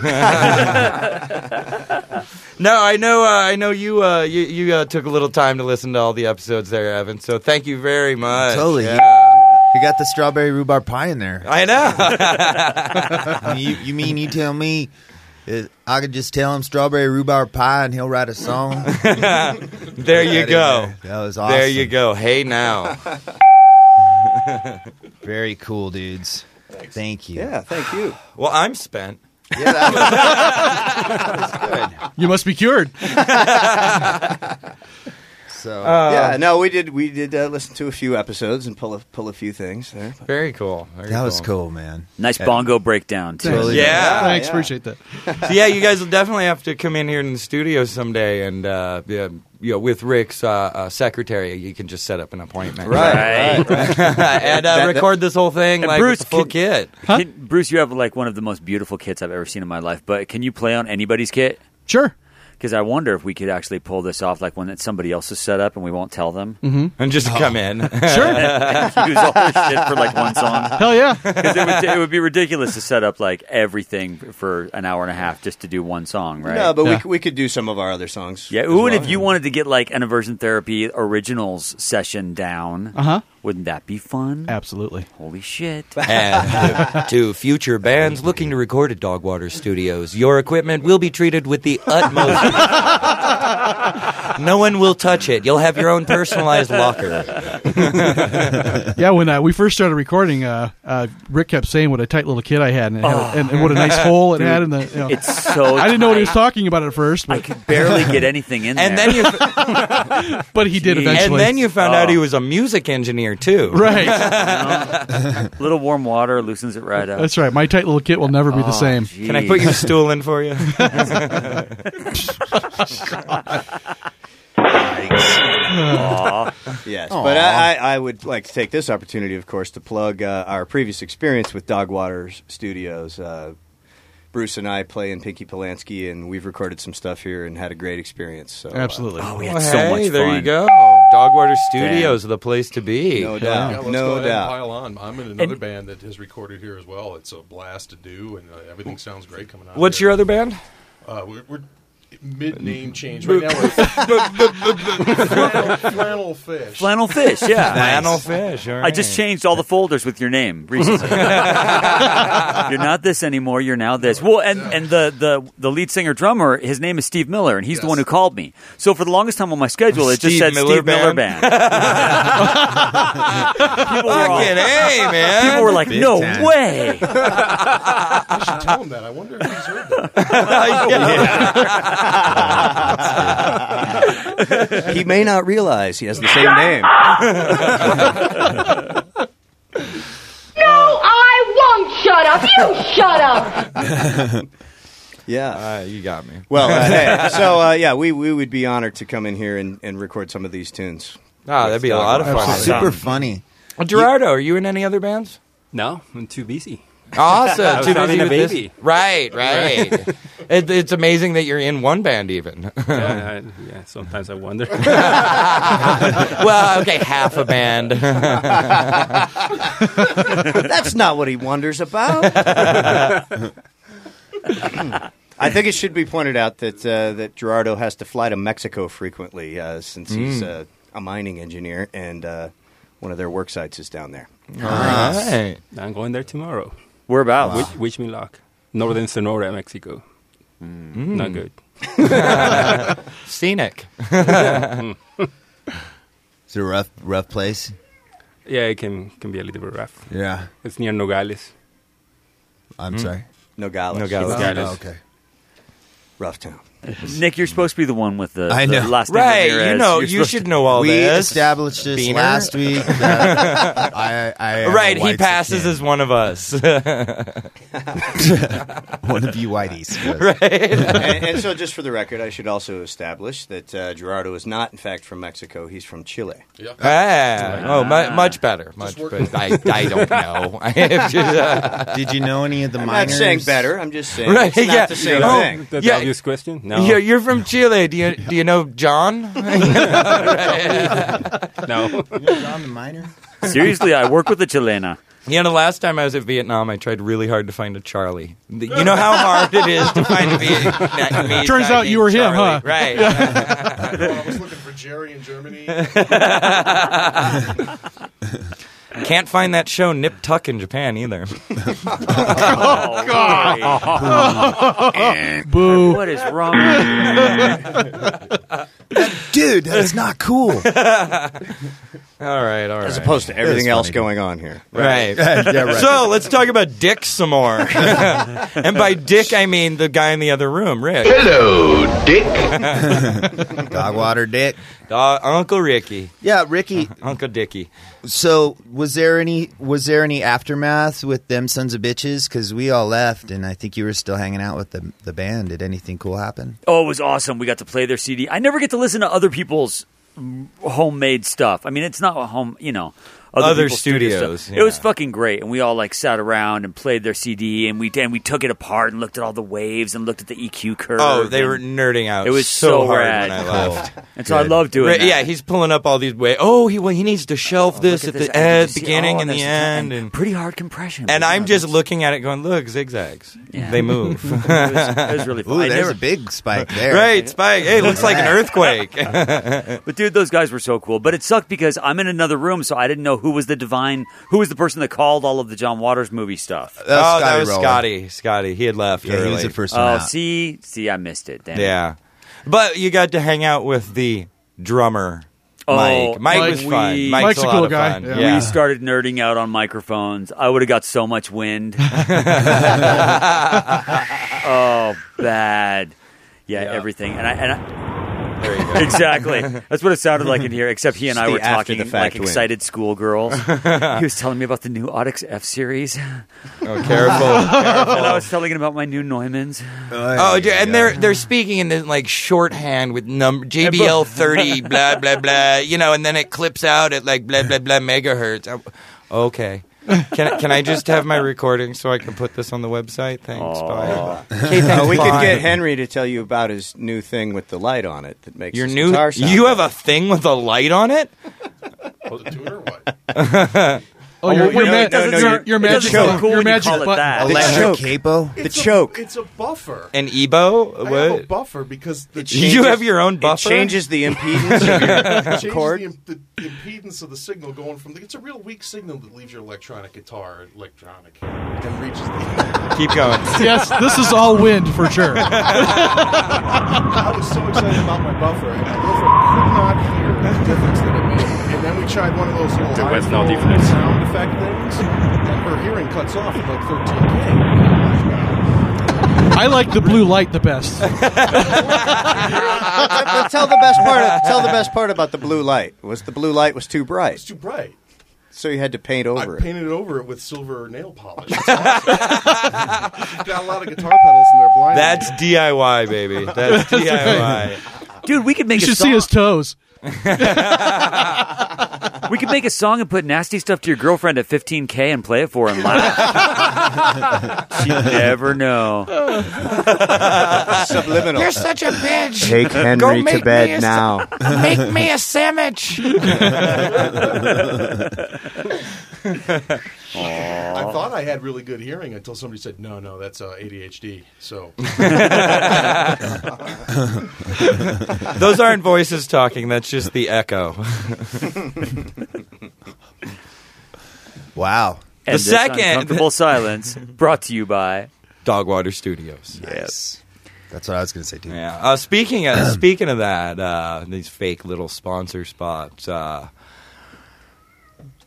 D: I know. Uh, I know you. Uh, you you uh, took a little time to listen to all the episodes there, Evan. So thank you very much.
F: Totally. You, you got the strawberry rhubarb pie in (laughs) there.
D: I
F: know. you, you mean you tell me uh, I could just tell him strawberry rhubarb pie and he'll write a (laughs) song?
D: (laughs) there you
F: That is-
D: go.
F: That was
D: There
F: awesome.
D: you go. Hey now.
F: Very cool, dudes. Thank you.
D: Yeah, thank you. Well, I'm spent.
F: Yeah, that was,
I: You must be cured.
F: so
J: yeah, no, we did. We did uh, listen to a few episodes and pull a, pull a few things there.
D: Very cool. Very
F: That was cool, man.
G: Nice bongo breakdown too.
F: Totally.
D: Yeah.
I: Thanks,
D: yeah.
I: appreciate that.
D: So, yeah, you guys will definitely have to come in here in the studio someday, and uh, yeah, you know, with Rick's uh, uh, secretary, you can just set up an appointment,
G: Right. Right, right.
D: (laughs) and uh,
G: That-
D: record this whole thing
G: And
D: like with the full
G: can-
D: kit.
G: can- Bruce, you have like one of the most beautiful kits I've ever seen in my life. But can you play on anybody's kit?
I: Sure.
G: Because I wonder if we could actually pull this off, like one that somebody else has set up, and we won't tell them.
I: Mhm.
D: And just come in. Sure.
G: (laughs) and use all their shit for like one song.
I: Hell yeah.
G: Because it would, it would be ridiculous to set up like everything for an hour and a half just to do one song, right?
J: No, but we, c- we could do some of our other songs.
G: Yeah,
J: as
G: ooh, and
J: well.
G: if you wanted to get like an aversion therapy originals session down,
I: Uh huh.
G: Wouldn't that be fun?
I: Uh, Absolutely.
G: Holy shit.
D: (laughs) And to future bands looking to record at Dogwater Studios, your equipment will be treated with the utmost. no one will touch it. You'll have your own personalized locker.
I: yeah, when uh, we first started recording, uh, uh, Rick kept saying what a tight little kid I had, and, it had-
G: Oh.
I: and, and what a nice hole it
G: Dude,
I: had. In the, you know.
G: it's so
I: (laughs) I didn't know what he was
G: tight.
I: talking about at first, but I
G: could barely get anything in
D: And
G: there.
D: then you
I: but he did
D: And
I: eventually.
D: then
I: (laughs)
D: you found
G: Oh.
D: out he was a music engineer too.
G: A little warm water loosens it right up.
I: That's right. My tight little kit will never be the
G: Oh,
I: same.
D: Can I put your stool in for you?
G: Aw.
J: yes,
G: Aw.
J: but I, I, I would like to take this opportunity, of course, to plug uh, our previous experience with Dogwater Studios. Uh, Bruce and I play in Pinky Polanski, and we've recorded some stuff here and had a great experience. So, uh,
I: Absolutely. Oh, we
D: Well, hey, there you go. Dogwater Studios, the place to be.
J: No
C: Yeah, let's go ahead And pile on. I'm in another band that has recorded here as well. It's a blast to do, and uh, everything sounds great coming out.
D: What's
C: here.
D: your other band?
C: Uh, we're, we're mid name change right now.
K: (laughs)
C: We're flannel, flannel fish.
G: Flannel fish, yeah.
D: Flannel Fish, all
G: I just
D: right.
G: changed all the folders with your name recently. you're not this anymore. You're now this. Well, and and the the the lead singer drummer, his name is Steve Miller, and he's the one who called me. So for the longest time on my schedule, it just
D: Steve
G: said
D: Miller
G: Steve Miller
D: Band.
G: Band. people were all-
D: Fucking hey, man.
G: People were like,
D: Big
G: "No
D: time."
G: way."
C: I should tell him that. I wonder if he's heard that.
J: he may not realize he has the same
A: Shut
J: name.
B: No, I won't shut up. You shut up.
J: yeah,
D: you got me.
J: Well, uh, hey, so uh, yeah, we, we would be honored to come in here and, and record some of these tunes.
D: Ah, that'd be a lot of fun. Super
F: funny.
D: Well, Gerardo, are you in any other bands?
K: No, I'm too busy. (laughs) I
D: Awesome.
K: was
D: Too
K: having
D: busy
K: a
D: with this-
K: baby.
D: Right, right. (laughs) it, it's amazing that you're in one band even.
K: (laughs) yeah, I- yeah, sometimes I wonder.
D: (laughs) well, okay, half a
K: (laughs)
D: band.
J: That's not what he wonders (laughs) about. I think it should be pointed out that uh, that Gerardo has to fly to Mexico frequently uh, since he's
D: Mm.
J: uh, a mining engineer and uh, one of their work sites is down there.
K: Alright. (laughs) I'm going there tomorrow.
G: Whereabouts?
K: Wish, wish me luck. Northern Sonora, Mexico. Not good.
D: Scenic.
K: Mm.
F: It's a rough, rough place.
K: yeah, it can can be a little bit rough.
F: Yeah.
K: it's near Nogales.
F: I'm
K: Mm.
F: sorry.
J: Nogales.
K: Nogales.
J: Nogales.
K: Oh,
F: okay.
J: Rough town.
G: Nick, you're supposed to be the one with the,
F: I
G: the
F: know.
G: last
F: Right,
G: name. Ramirez.
F: you know,
G: You're
F: you
G: supposed
F: should
G: to-
F: know all We this. established this
D: Oh, Beaner.
F: last week that I- I am a
D: right, he
F: white
D: passes
F: skin.
D: as one of us. (laughs)
F: One of you whiteys.
J: (laughs)
D: (laughs)
J: and, and so, just for the record, I should also establish that uh, Gerardo is not, in fact, from Mexico. He's from Chile.
C: Yeah.
D: Ah, oh, mu- much better. Much better. I, I don't (laughs) know. I have just- uh,
F: Did you know any of the
J: I'm
F: miners?
J: not saying better. I'm just saying
D: Right,
J: it's not
D: yeah.
J: the same
D: Oh,
J: thing.
D: That's yeah. obvious
K: question.
D: You're, you're from Chile. Do you do you know John? (laughs)
K: no.
F: John the miner.
G: Seriously, I work with a Chilena.
D: You know, last time I was at Vietnam, I tried really hard to find a Charlie. The- You know how hard it is to find a Vietnamese.
I: Turns
D: guy
I: out you
D: named
I: were him,
D: Charlie.
I: huh?
D: Right.
C: I was looking for Jerry in Germany.
I: (laughs)
D: Can't find that show Nip Tuck in Japan either.
G: Oh,
I: God.
G: great.
I: Boo.
G: What is wrong with you?
F: Dude, that's not cool. (laughs) all
D: right, all right.
J: As opposed to everything else going
F: (laughs)
J: on here.
D: Right.
J: Right. Yeah, right.
D: So let's talk about Dick some more. (laughs) and by Dick, I mean the guy in the other room, Rick.
F: Hello, Dick. Dogwater Dick.
D: Dog, Uh, Uncle Ricky.
F: Yeah, Ricky.
D: Uncle Dicky.
F: So was there any was there any aftermath with them sons of bitches? Because we all left, and I think you were still hanging out with the the band. Did anything cool happen?
G: Oh, it was awesome. We got to play their CD. I never get to listen to other people's mm, homemade stuff. I mean, it's not a home, you know.
D: Other
G: people's studio
D: studios,
G: stuff. It was fucking great, and we all like sat around and played their CD, and we and we took it apart and looked at all the waves and looked at the EQ curve.
D: Oh, they
G: and
D: were nerding out.
G: It was
D: so, hard
G: rad.
D: when I left.
G: and so I love doing.
D: Right,
G: that. Oh,
D: Yeah, he's pulling up all these way. Oh, he well, he needs to shelf this
G: look at
D: at the
G: this. I need
D: end,
G: to see-
D: beginning
G: oh,
D: and the
G: there's-
D: end,
G: and
D: and
G: pretty hard compression.
D: And
G: Yeah,
D: I'm just looking at it, going, "Look, zigzags. They move."
G: (laughs)
D: (laughs)
G: It was- it was really fun. Ooh, I there's never- a
F: big spike (laughs)
G: there.
D: right, spike. Hey,
G: (laughs)
D: looks like an earthquake.
G: but dude, those guys were so cool. But it sucked because I'm in another room, so I didn't know who was the divine, who was the person that called all of the John Waters movie stuff.
D: oh, that was Scotty. Scotty. He had left.
G: Yeah, he was
D: early.
G: the first one Oh, out. see, see, I missed it. Damn it.
D: (laughs) yeah, but you got to hang out with the drummer,
G: Oh,
D: Mike. Mike, was fun. Mike's, a, lot of fun. Yeah.
G: We started nerding out on microphones. I would have got so much
D: (laughs)
G: wind. (laughs) oh, bad. Yeah, everything. And I. And I (laughs) exactly. That's what it sounded like in here. Except he and
D: It's
G: I
D: the
G: were
D: after
G: talking
D: the fact
G: like
D: win.
G: excited
D: (laughs)
G: schoolgirls. he was telling me about the new Audix F series.
D: Oh, careful, careful.
G: And I was telling him about my new Neumanns.
D: (laughs) Oh, dude, and they're they're speaking in this, like shorthand with (laughs) number JBL (laughs) thirty blah blah blah, you know, and then it clips out at like blah blah blah megahertz. I- okay, can I- can I just have my recording so I can put this on the website? Thanks. Bye. (laughs) Okay, thanks,
J: Uh, we could
D: bye.
J: get Henry to tell you about his new thing with the light on it that makes
D: your
J: his
D: new.
J: guitar sound
D: You have a thing with a light on it. oh,
J: Oh, your- your ma- your- your magic- your magic button. Electric
D: capo.
C: It's a- It's a buffer.
D: An ebo.
C: I
D: what?
C: have a buffer because the
D: It (laughs) You have your
C: (laughs)
D: own buffer?
J: changes the impedance of
D: (laughs)
J: your
C: It changes
J: chord.
C: The, im- the impedance of the signal going from the, it's a real weak signal that leaves your electronic guitar electronic and reaches the. (laughs)
D: Keep going.
I: yes, this is all wind
J: (laughs)
I: for sure.
C: I was so excited about my buffer, and my buffer could not hear the difference that it made. And then we tried one of those little
K: There was no
C: iPhone
K: difference.
C: sound effect things, and her hearing cuts off at like 13k.
I: I like the blue light the best.
J: But tell the best part. tell the best part about the blue light was the blue light was too bright. It's
C: too bright.
J: So you had to paint over
C: I
J: it.
C: painted over it with silver
D: (laughs)
C: nail polish. It's awesome. Got a lot of guitar pedals in there blind.
D: That's DIY, baby. That's
C: That's right.
D: DIY.
G: Dude, we could make a
I: you should see
G: song.
I: his toes.
G: we could make a song and put nasty stuff to your girlfriend at 15K and play it for her and laugh. (laughs) She'd never know.
J: Subliminal.
A: You're such a bitch.
J: (laughs) Take Henry
A: Go
J: to
A: make
J: bed
A: me a,
J: now.
A: make me a sandwich.
C: I thought I had really good hearing until somebody said, "No, no, that's uh, ADHD." So
D: (laughs) Those aren't voices talking. That's just the echo. (laughs)
F: wow.
D: The second
G: uncomfortable silence brought to you by
D: Dogwater Studios.
F: Yes. That's what I was going to say too.
D: Yeah. Uh, speaking of speaking of that, uh, these fake little sponsor spots. Uh,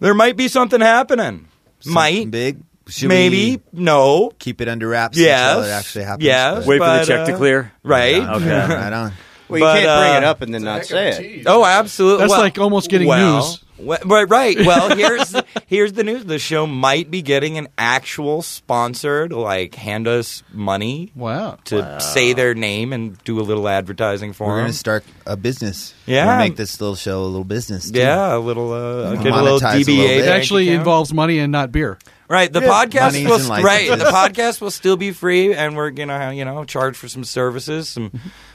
D: there might be something happening. might
F: big. Should
D: maybe no.
F: Keep it under wraps until
D: Yes.
F: it actually happens.
D: Yes.
F: But- (laughs)
G: Wait for the
D: but,
G: check to
D: uh,
G: clear?
D: Right.
G: Yeah, okay.
F: Right on.
J: Well, you can't bring
D: uh,
J: it up and then not say it.
D: Oh, absolutely.
J: That's like almost getting news.
D: wh- right, right. Well, here's the, (laughs) here's the news. The show might be getting an actual sponsored, like hand us money.
I: Wow.
D: To
F: Wow.
D: say their name and do a little advertising for
F: We're
D: them.
F: going to start a business.
D: Yeah.
F: We're gonna make this little show a little business. Too.
D: Yeah, a little. Uh,
F: Monetize
D: get a little
F: a little
D: DBA.
F: bit.
I: It
D: bank
I: actually
D: account.
I: involves money and not beer.
D: Right, the
I: Yeah.
D: podcast
I: Monies
D: will
I: and
D: right. The
I: licenses.
D: podcast will still be free, and we're gonna you know charge for some services, some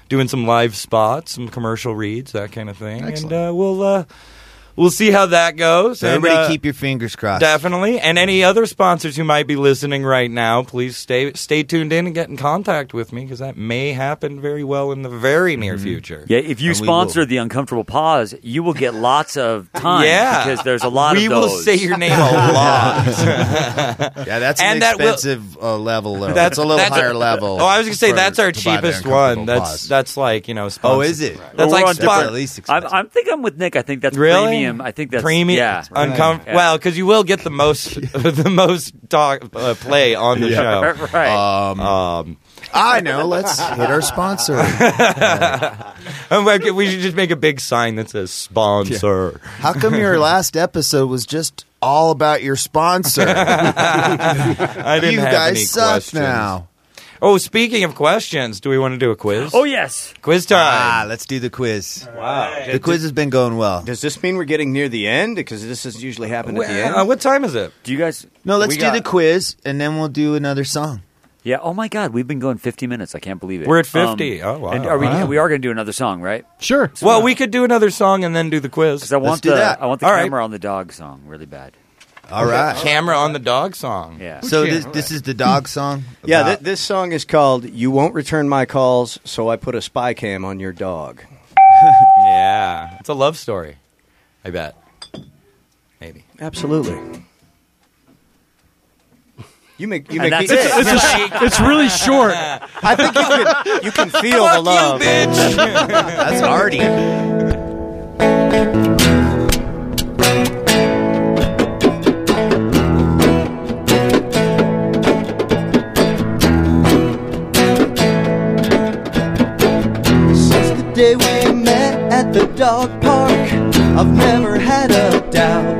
D: doing some live spots, some commercial reads, that kind of thing, and uh, we'll uh, we'll see how that goes.
F: So everybody
D: and, uh,
F: keep your fingers crossed.
D: (laughs) Definitely, and any other sponsors who might be listening right now, please stay stay tuned in and get in contact with me because that may happen very well in the very near
F: Mm-hmm.
D: future.
G: Yeah, if you
D: And we will.
G: sponsor the uncomfortable pause, you will get lots
D: (laughs)
G: of time
D: Yeah.
G: because there's a lot
D: We
G: of
D: will
G: those.
D: say your name
F: (laughs)
D: a lot.
F: yeah, that's an
D: And that will-
F: expensive uh, level. Though. That's a little
D: that's
F: higher level.
D: Oh, I was gonna say
F: for-
D: that's our
F: to buy the
D: cheapest
F: uncomfortable
D: one. That's
F: pause.
D: that's like you know.
F: Oh,
D: Sponsored.
F: is it?
D: That's
G: Or
D: like
G: on
D: spot.
G: different- I'm, I'm think I'm with Nick. I think that's
D: Really?
G: premium. I think that's
D: Premium,
G: Yeah,
D: uncomfortable.
G: Yeah.
D: Well, because you will get
F: (laughs)
D: the most, (laughs) the most talk uh, play on the
F: Yeah.
D: show.
G: (laughs) right.
D: Um, um,
F: (laughs) I know. Let's hit our
D: (laughs)
F: sponsor.
D: and we- we should just make a big sign that says "sponsor."
F: How come your last episode was just all about your
D: (laughs)
F: sponsor?
D: I didn't
F: you
D: have
F: guys
D: any
F: suck
D: questions.
F: now.
D: Oh, speaking of questions, do we want to do a quiz?
G: Oh yes,
D: quiz time.
F: Ah, let's do the quiz.
D: Wow,
F: The quiz has been going well.
J: Does this mean we're getting near the end? Because this doesn't usually happen at the end.
D: Uh, what time is it?
G: Do you guys?
F: No, let's
G: We
F: do
G: got-
F: the quiz and then we'll do another song.
G: Yeah. Oh my God, we've been going 50 minutes. I can't believe it. Um,
D: We're at 50. Oh, wow.
G: And are we?
D: Wow.
G: We are going to do another song, right?
I: Sure.
D: Well, we could do another song and then do the quiz.
G: Because I want the I want the
D: All right.
G: camera on the dog song really bad.
F: All right.
D: Camera on the dog song. (laughs)
G: Yeah.
F: So this this is the dog song.
J: Yeah,
F: about-
J: th- this song is called "You Won't Return My Calls," so I put a spy cam on your dog.
D: Yeah. It's a love story. I bet. Maybe.
J: Absolutely. You make you
D: And
J: make
D: that's
J: me,
D: it. It's (laughs) a- it's really short.
J: I think you can you can feel the love.
D: (laughs)
F: That's Artie.
M: Since the day we met at the dog park, I've never had a doubt.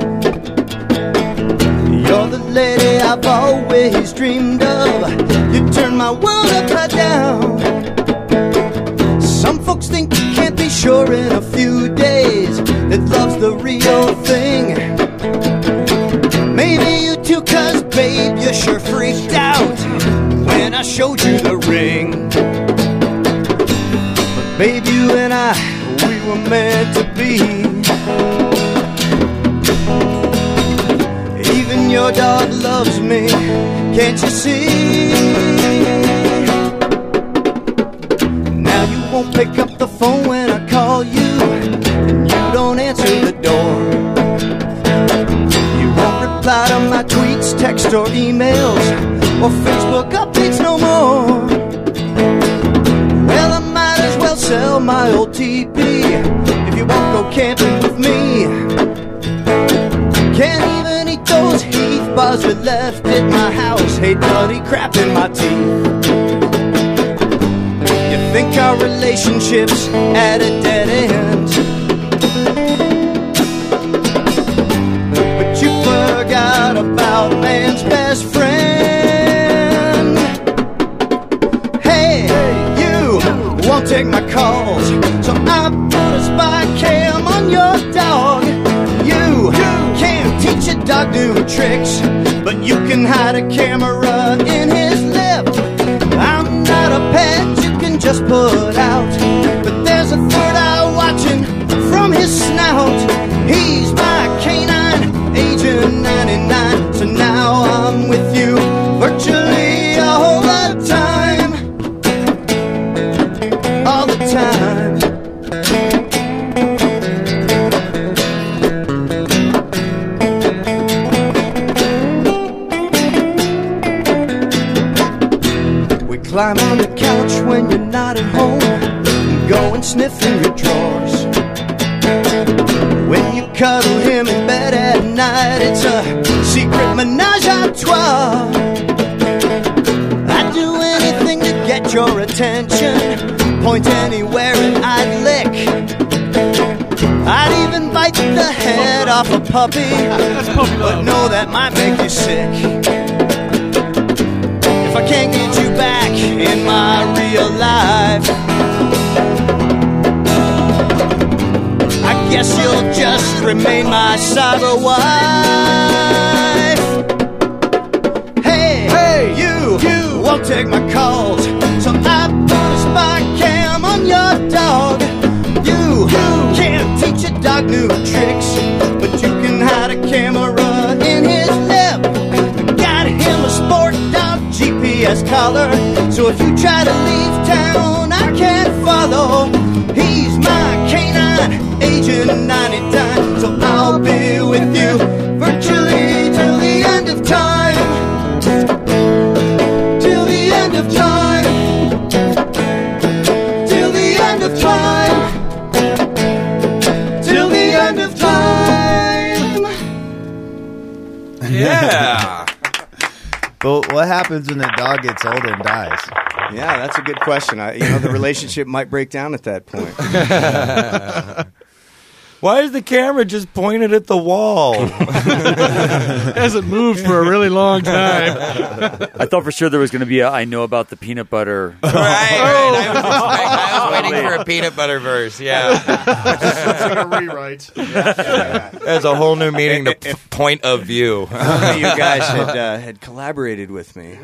M: You're the lady I've always dreamed of. You turn my world upside down. Some folks think you can't be sure in a few days that love's the real thing. Maybe you too, cause babe, you sure freaked out when I showed you the ring. Babe, you and I, we were meant to be. Even your dog loves me, can't you see? Now you won't pick up the phone when I call you, and you don't answer the door. You won't reply to my tweets, text, or emails, or Facebook updates no more. Well, I might as well sell my old TP if you won't go camping with me. Can't even eat those Heath bars we left at my house. Hey, bloody crap in my teeth. You think our relationship's at a dead end? But you forgot about man's best friend. Hey, you won't take my calls. So I put a spy cam on your dog. You can't teach a dog new tricks, but you can hide a camera in his lip. I'm not a pet you can just put out, but there's a third eye watching from his snout. He's my canine, agent 99. So now I'm with you virtually a whole lot of time all the time. We climb on the couch when you're not at home and go and sniff in your drawers. When you cuddle him in bed at night, it's a secret menage a trois. I'd do anything to get your attention. Point anywhere and I'd lick. I'd even bite the head off a puppy. But no, that might make you sick. If I can't get you back in my real life, I guess you'll just remain my cyber wife. Hey, hey, you, you won't take my calls. So I put a spy cam on your dog. You, you can't teach a dog new tricks, but you can hide a camera in his lip. Got him a sport dog GPS collar, so if you try to leave town, I can't follow. He's my canine, agent 99, so I'll be with you virtually till the end of time till the end of time. Till the end of time. Till the end of time.
L: Yeah.
F: but what happens when the dog gets older and dies?
J: Yeah, that's a good question. I, you know, the relationship might break down at that point.
D: Why is the camera just pointed at the (laughs) wall?
I: Hasn't moved for a really long time.
G: I thought for sure there was going to be a I know about the peanut
D: (laughs)
G: butter.
D: Oh. I was waiting for a peanut butter verse. (laughs) Yeah.
C: a rewrite.
D: That's a whole new meaning to p- point of
J: (laughs)
D: view. you
J: Only you guys had uh, had collaborated with me.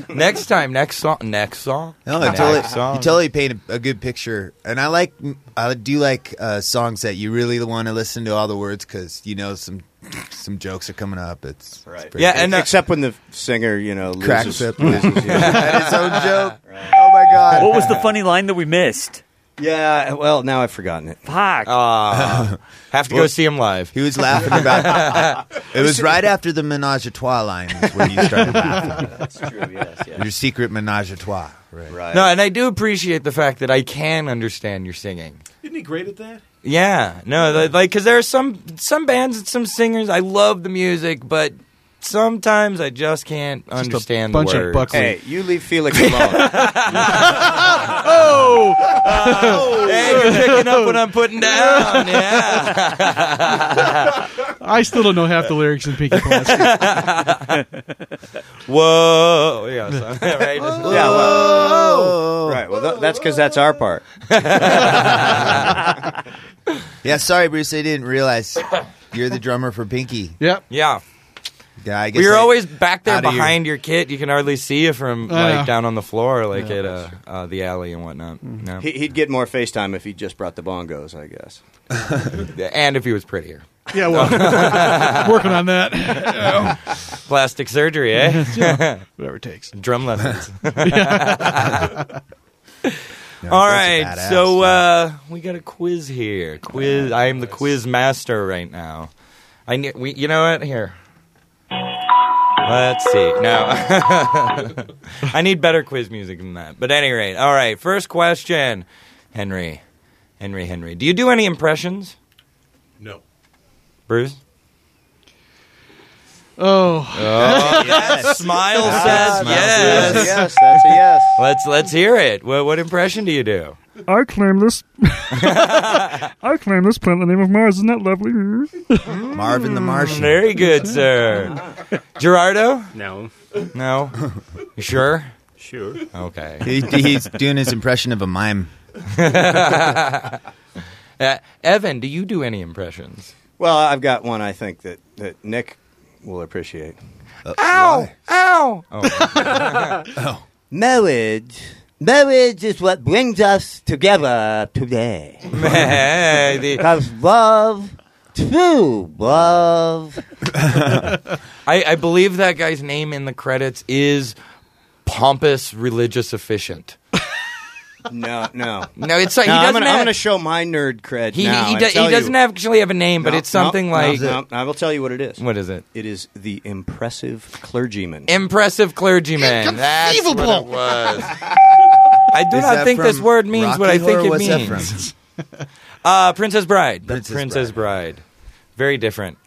D: (laughs) next time, next song, next song.
F: No, you
D: next
F: totally,
D: song.
F: you totally paint a, a good picture, and I like I do like uh, songs that you really want to listen to all the words because you know some some jokes are coming up. It's, it's pretty
J: yeah,
F: good.
D: uh,
J: and except when the singer, you know, loses,
F: Cracks up. (laughs)
J: loses, yeah.
F: That is so joke. Oh my god!
G: What was the funny line that we missed?
J: Yeah, well, now I've forgotten it.
G: Fuck.
D: Uh, have to go see him live.
F: He was laughing
D: (laughs)
F: about. it was right after the Menage a Trois line is when you started laughing.
J: (laughs) That's true. Yes. yes.
F: Your secret Menage a Trois. Right.
D: No, and I do appreciate the fact that I can understand your singing.
C: Isn't he great at that?
D: Yeah, no, th- like because there are some some bands and some singers. I love the music, but sometimes I just can't understand
I: bunch
D: the
I: of
D: words.
I: buckwheat. Hey,
J: you leave Felix
M: (laughs)
J: alone.
D: oh, hey, you're picking up what I'm putting down. Yeah.
I: I still don't know half the lyrics in Pinky
D: (laughs)
I: Promise.
D: Whoa! Yeah, so, (laughs) right.
J: Yeah,
D: (laughs)
J: well,
D: Oh.
J: right. Well, th- that's because that's our part.
F: Yeah, sorry, Bruce. I didn't realize you're the drummer for Pinky.
I: Yep.
D: Yeah.
F: Yeah, I guess
D: Well, you're
F: I-
D: always back there
F: out of your-
D: behind your... kit. You can hardly see you from
F: I
D: like
F: know.
D: down on the floor, like
J: Yeah,
D: at uh,
J: that's
D: uh, the alley and whatnot. No.
J: He, he'd get more FaceTime if he just brought the bongos, I guess.
D: and if he was prettier.
I: Yeah, well, working on that. (laughs)
D: Plastic surgery, eh?
I: Yeah, whatever it takes.
D: Drum lessons. (laughs)
I: Yeah.
D: All
I: a
D: right,
I: badass,
D: so uh, we got a quiz here. Quiz. I am the quiz master right now. I ne- we, you know what? Here. Let's see. No, (laughs) I need better quiz music than that. But at any rate, all right. First question, Henry, Henry, Henry. Do you do any impressions,
C: No.
D: Bruce?
I: Oh.
D: Oh, yes. (laughs) Smile says yes.
J: yes, that's a yes.
D: (laughs) Let's let's hear it. What, what impression do you do?
O: I claim
D: (laughs)
O: this. I claim this planet in the name of Mars. Isn't that lovely?
F: Marvin the Martian.
D: Very good, sir. Gerardo?
K: No.
D: No. You sure?
K: Sure.
D: Okay.
F: He, he's doing his impression of a mime.
D: uh, Evan, do you do any impressions?
J: Well, I've got one I think that, that Nick will appreciate.
B: Ow! Ow!
D: Oh,
M: Marriage. Marriage is what brings us together today.
D: Hey, the-
M: Because love, true love.
D: (laughs) I, I believe that guy's name in the credits is pompous religious efficient.
J: No, no,
D: No, it's like- he
J: I'm
D: doesn't
J: gonna, I'm
D: have-
J: gonna show my nerd cred
D: He
J: now
D: he,
J: and
D: do-
J: tell
D: he
J: you.
D: doesn't actually have a name, but
J: No,
D: it's something
J: no,
D: like
J: no, no, I will tell you what it is.
D: What is it?
J: It is the impressive clergyman.
D: impressive clergyman. That's what it
J: Inconceivable.
D: was. I do
J: Is
D: not
J: that
D: think this
J: from
D: word means what I
J: Rocky
D: think
J: Horror?
D: it
J: What's that
D: means. (laughs) uh, Princess Bride. The
F: Princess
D: Princess, Bride. Very different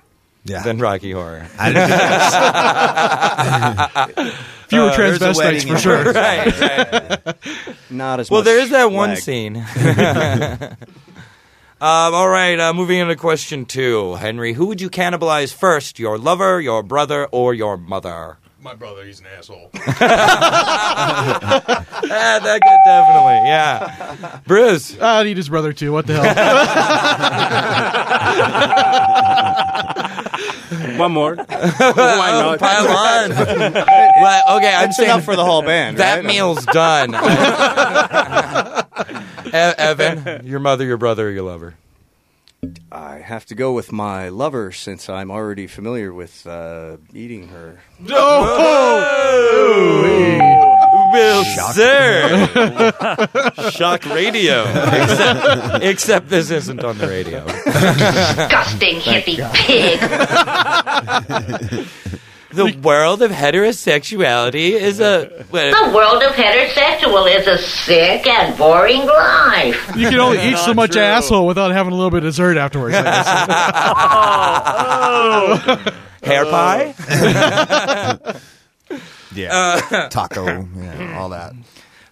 D: than Rocky (laughs) Horror.
F: I didn't-
I: Fewer
D: Uh, there's a
I: transvestites
D: wedding
I: for
D: in-
I: sure.
D: right, right.
J: Not as
D: well.
J: much
D: There is that one
J: lag.
D: scene. (laughs) um, all right, uh, moving into question two, Henry. Who would you cannibalize first? Your lover, your brother, or your mother?
J: (laughs)
C: My brother, he's an asshole.
D: yeah, Ah, that could definitely, yeah. Bruce.
I: I'd eat his brother too. What the
D: (laughs)
I: hell?
K: One more. Why
D: not? Oh,
J: (laughs)
D: Pile on. Well, okay, I'm
J: That's
D: saying
J: enough for the
D: (laughs)
J: whole band,
D: That
J: right?
D: meal's
J: (laughs)
D: done. E- Evan, your mother, your brother, or your lover.
J: I have to go with my lover since I'm already familiar with uh, eating her.
D: Well,
J: Shock.
D: sir. (laughs) Shock radio. Except, except this isn't on the radio.
B: (laughs) Disgusting
D: Thank
B: hippie
D: God.
B: pig.
D: The world of heterosexuality is a.
B: the world of heterosexual is a sick and boring life.
I: You can only eat so
D: Not
I: much
D: true.
I: asshole without having a little bit of dessert afterwards. I guess.
D: (laughs) Hair
C: Uh.
D: pie?
F: Yeah.
D: Uh,
F: Taco, yeah, all that.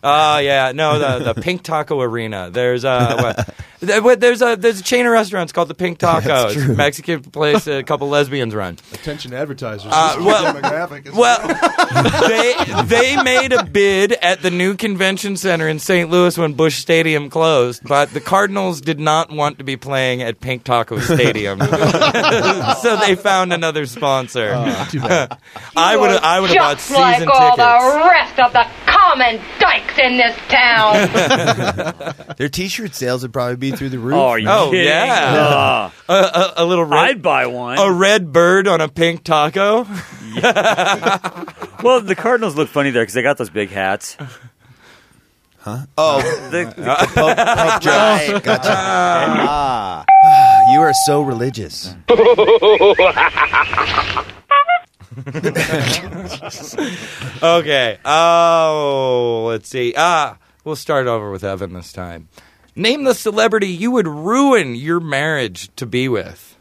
D: Oh yeah, no the the Pink Taco Arena. There's uh, what, there- what- there's a there's a chain of restaurants called the Pink Taco.
C: That's
D: It's a
C: true.
D: Mexican place. A couple lesbians run.
C: Attention advertisers.
D: Uh,
C: This is
D: well- (laughs)
C: the demographic.
D: Well, they they made a bid at the new convention center in St. Louis when Bush Stadium closed, but the Cardinals did not want to be playing at Pink Taco Stadium, so they found another sponsor. (laughs) I would I would have bought
B: Just
D: season
B: like
D: tickets.
B: all the rest of the common dykes in this town.
D: (laughs)
F: Their T-shirt sales would probably be
J: (laughs)
F: through the roof.
G: Oh, are you
D: Oh
G: kidding?
D: yeah, a, a, a little red.
G: I'd buy one.
D: A red bird on a pink taco.
G: well, the Cardinals look funny there because they got those big hats.
F: Huh?
L: Oh,
F: the, Pope, Pope jokes.
J: (laughs)
L: Right.
F: Gotcha.
L: Ah.
F: Ah, you are so religious.
D: okay. Oh, let's see. Ah, we'll start over with Evan this time. Name the celebrity you would ruin your marriage to be with.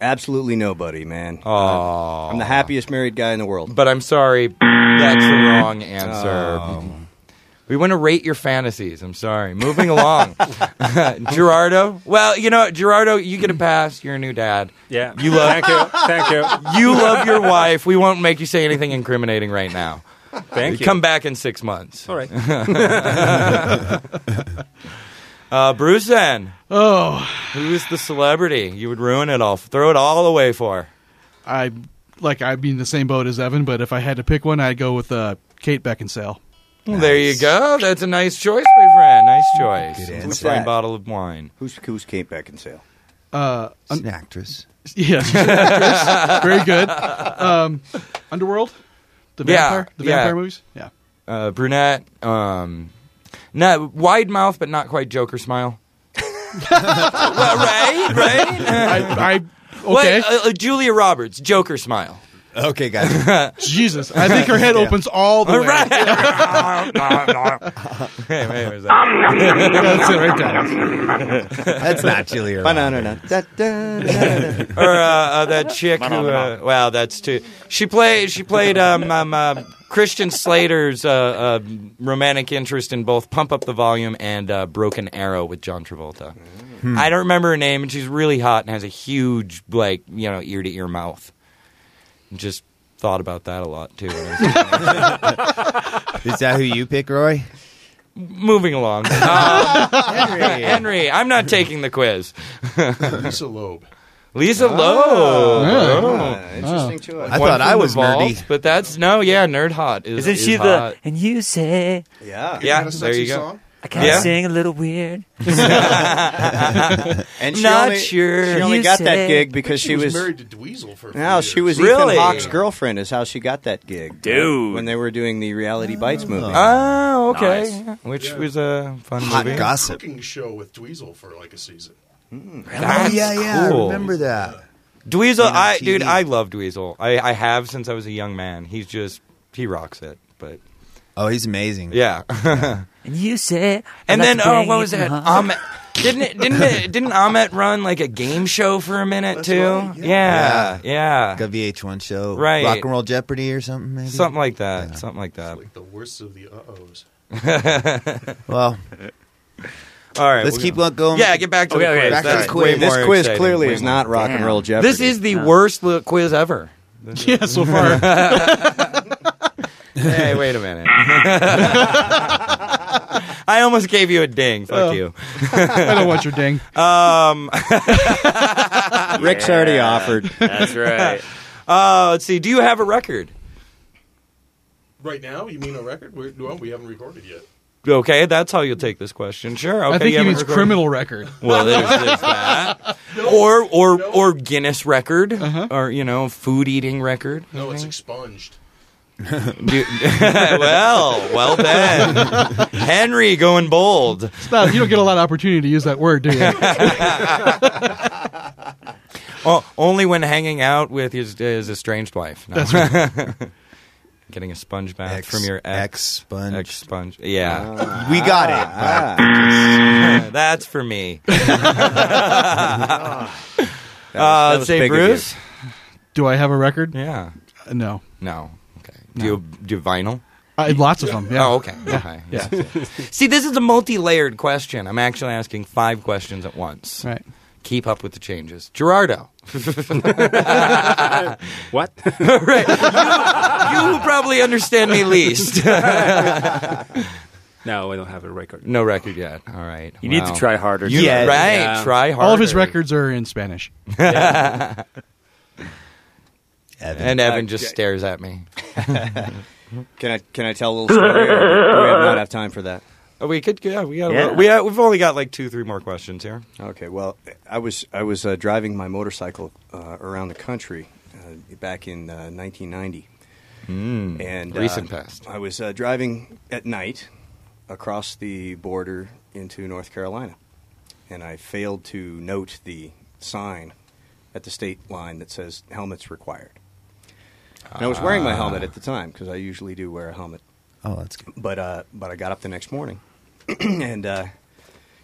J: Absolutely nobody, man. Oh. I'm the happiest married guy in the world.
D: But I'm sorry, that's the wrong answer. We want to rate your fantasies. I'm sorry. Moving along, (laughs) Gerardo. Well, you know, Gerardo, you get a pass. You're a new dad.
K: Yeah.
D: you love.
K: Thank you. Thank you.
D: You love your wife. We won't make you say anything incriminating right now.
K: Thank you.
D: Come back in six months.
K: All right.
D: (laughs) uh, Bruce, then. Oh, who is the celebrity you would ruin it all? Throw it all away for?
I: I like I'd be in the same boat as Evan, but if I had to pick one, I'd go with uh, Kate Beckinsale. (laughs)
D: There you go. That's a nice choice, my friend. Nice choice.
J: Good
D: It's
J: answer.
D: a fine bottle of wine.
J: Who's, who's Kate Beckinsale?
I: Uh,
J: She's an
F: actress.
I: Yeah,
D: (laughs)
I: she's an actress. Very good. Um, Underworld, the vampire, the vampire movies. Yeah.
D: Uh, brunette. Um, no, wide mouth, but not quite Joker smile. (laughs) Well, right, right.
I: I,
D: (laughs) What, uh, uh, Julia Roberts, Joker smile.
F: Okay, guys.
I: Jesus, I think her
D: (laughs)
I: head
D: Yeah.
I: opens all the way. (laughs)
D: Right. (laughs) Hey, wait, where's that?
F: That's not Julia Roberts.
J: (laughs)
D: or uh, uh, that chick who. Uh, wow, that's too. She played. She played um, um, uh, Christian Slater's uh, uh, romantic interest in both "Pump Up the Volume" and uh, "Broken Arrow" with John Travolta.
A: Hmm.
D: I don't remember her name, and she's really hot and has a huge, like you know, ear to ear mouth. Just thought about that a lot too. (laughs) when I was-
F: Is that who you pick, Roy?
D: Moving along. Uh, Henry. I'm not taking the quiz. Lisa Loeb. Lisa
J: Ah,
D: Loeb.
J: yeah.
D: Oh.
J: Interesting choice.
F: I
D: One
F: thought
D: from
F: I
D: the
F: was
D: vault,
F: nerdy.
D: But that's no, yeah, nerd hot. Is,
G: Isn't
D: is
G: she the?
D: hot.
G: And you say,
J: Yeah.
D: Yeah, there you go.
G: I kind of
D: Yeah.
G: sing a little weird.
J: (laughs) and she only, She only got that gig because she, was
C: Dweezil for a few
J: No, she was
D: Really?
J: Ethan Hawke's girlfriend. Is how she got that gig,
D: Dude.
J: When they were doing the Reality Bites movie.
D: Oh, okay. Which was a fun
J: Hot
D: movie.
J: gossip.
C: Cooking show with Dweezil for like a season.
G: Oh,
D: That's
F: Oh, yeah, yeah, I
D: cool.
F: remember that.
D: Dweezil,
F: On
D: I
F: TV.
D: dude, I love Dweezil. I, I have since I was a young man. He's just he rocks it. But
F: Oh, he's amazing.
D: yeah. (laughs)
G: And you say,
D: And
G: I'd
D: then
G: like to
D: oh,
G: bang
D: what
G: you
D: was
G: from
D: (laughs) that?
G: home.
D: Ahmet didn't it, didn't it, didn't Ahmet run like a game show for a minute too? yeah, yeah,
F: Like a VH1 show,
D: Right.
F: Rock and Roll Jeopardy or something, maybe.
D: something like that, something like that. (laughs)
C: The worst of the uh ohs.
F: Well,
D: All right,
F: Let's
D: we're
F: keep
D: gonna-
F: going.
D: Yeah, get back to
F: Okay,
D: the
F: okay,
D: quiz.
F: back to
D: That's
F: the quiz.
D: way
F: This
D: more
J: Um, quiz
D: exciting.
J: clearly is not rock and Damn. roll Jeopardy.
D: This is the
J: No.
D: worst li-
J: (laughs)
D: quiz ever.
I: Yeah, so far.
D: hey, wait a minute. (laughs) I almost gave you a ding. Fuck
I: Oh.
D: you.
I: I don't want your ding.
D: Um,
J: Rick's already (laughs) offered.
G: That's right.
D: Uh, let's see. Do you have a record?
C: Right now, you mean a record? We're, no, we haven't recorded yet.
D: Okay, that's how you'll take this question. Sure. Okay,
I: I think
D: you
I: he
D: haven't
I: means
D: recorded-
I: criminal record.
D: Well, there's,
J: (laughs)
D: there's that, or or or Guinness record,
J: Uh-huh.
D: or you know, food eating record.
C: No, it's expunged.
D: Do- (laughs) well, well
J: (laughs)
D: then, Henry going bold.
I: It's not- you don't get a lot of opportunity to use that word,
D: (laughs)
I: do you?
D: Oh, only when hanging out with his, his estranged wife. No.
I: That's right.
D: (laughs) Getting a sponge bath from your ex
F: sponge.
D: Ex sponge. Yeah,
F: we got it.
D: Ah. (laughs) That's for me. uh,
I: that
D: let's
I: was
D: Uh, say
I: big of you.
D: Bruce.
I: Do I have a record?
D: Yeah.
I: Uh, no.
D: No. Okay. Do you do you vinyl?
I: I, lots of them. Yeah.
D: Oh, okay. Okay.
I: Yeah.
D: (laughs) See, this is a multi-layered question. I'm actually asking five questions at once.
I: Right.
D: Keep up with the changes, Gerardo.
K: what?
D: (laughs) right. You, you probably understand me least.
K: No, I don't have a record.
D: no record yet. All right.
K: You need to try harder,
D: You,
K: Gerardo.
D: Right.
K: Yeah.
D: Try harder.
I: All of his records are in Spanish.
D: And Evan
J: Uh,
D: just
J: yeah.
D: stares at me.
J: Can I can I tell a little story? or do we have not have time for that?
D: Oh, we could. Yeah, we got.
J: Yeah.
D: We have, we've only got like two, three more questions here.
J: Okay. Well, I was I was uh, driving my motorcycle uh, around the country uh, back in uh, 1990,
D: Mm.
J: and
D: Recent
J: uh,
D: past.
J: I was uh, driving at night, across the border into North Carolina. And I failed to note the sign at the state line that says helmets required. And I was wearing my
P: Ah.
J: helmet at the time because I usually do wear a helmet.
F: Oh, that's good.
J: But uh, but I got up the next morning (clears throat) and uh,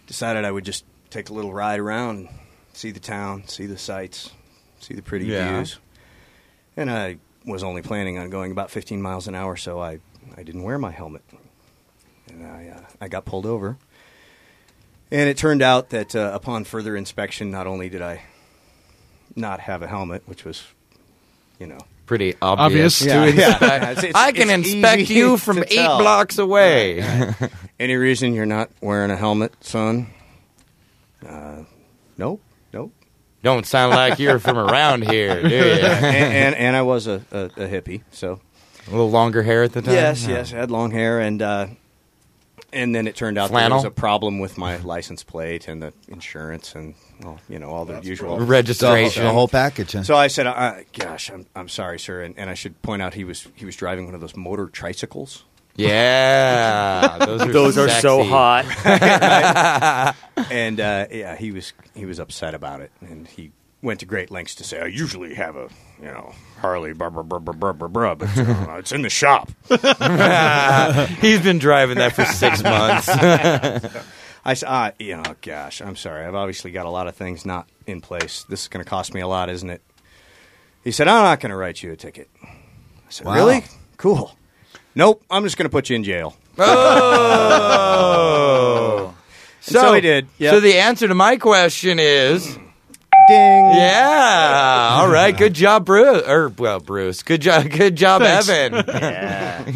J: decided I would just take a little ride around, and see the town, see the sights, see the pretty
P: Yeah.
J: views. And I was only planning on going about 15 miles an hour, so I, I didn't wear my helmet. And I, uh, I got pulled over. And it turned out that uh, upon further inspection, not only did I not have a helmet, which was, you know,
D: Pretty (laughs) obvious. to
J: Yeah, yeah.
D: inspect. I can inspect
J: easy
D: you from
J: to
D: eight
J: tell.
D: blocks away.
J: Right, right. Any reason you're not wearing a helmet, son? Uh, nope, (laughs) nope.
D: (laughs) Don't sound like you're from around here, do you?
J: and, and, and I was a, a, a hippie, so Uh,
D: A little longer hair at the time.
J: Yes,
D: Huh.
J: yes, I had long hair, and uh, and then it turned out there
D: Flannel?
J: was a problem with my license plate and the insurance and well, you know all the usual
F: the whole package. Huh?
J: So I said, uh, "Gosh, I'm I'm sorry, sir," and, and I should point out he was he was driving one of those motor tricycles.
D: Yeah, those are Those are so sexy. hot. (laughs)
J: Right, right. And uh, yeah, he was he was upset about it, and he went to great lengths to say, "I usually have a you know Harley, blah blah blah blah blah blah, blah but uh, it's in the shop."
D: He's been driving that for six months.
J: I said, uh, you know, gosh, I'm sorry. I've obviously got a lot of things not in place. This is going to cost me a lot, isn't it? He said, I'm not going to write you a ticket. I said,
P: Wow.
J: really? Cool. Nope, I'm just going to put you in jail.
D: Oh.
J: And so he did. Yep.
D: (laughs) So the answer to my question is
J: ding.
D: Yeah. All right. Good job, Bruce. Or well, Bruce. Good job. Good job,
P: Thanks.
D: Evan.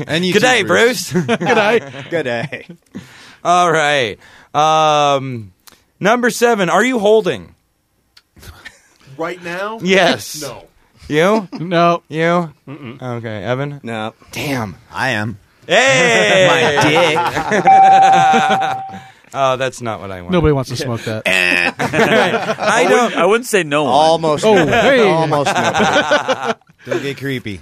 F: (laughs) And you
D: Good
F: too,
D: day,
F: Bruce.
D: Bruce.
F: Good day.
J: Good day.
D: All right. Um, number seven. Are you holding?
C: Right now?
D: Yes.
C: (laughs)
D: You?
C: No.
I: No.
D: You? Okay, Evan.
J: No.
D: Damn.
F: I am.
D: Hey,
F: My
D: dick. (laughs) oh, that's not what I want.
I: Nobody wants to smoke that.
D: (laughs)
G: I
D: I don't.
G: wouldn't- I wouldn't say no. One.
J: Almost.
I: Oh, hey. Almost
F: (laughs) Don't get creepy.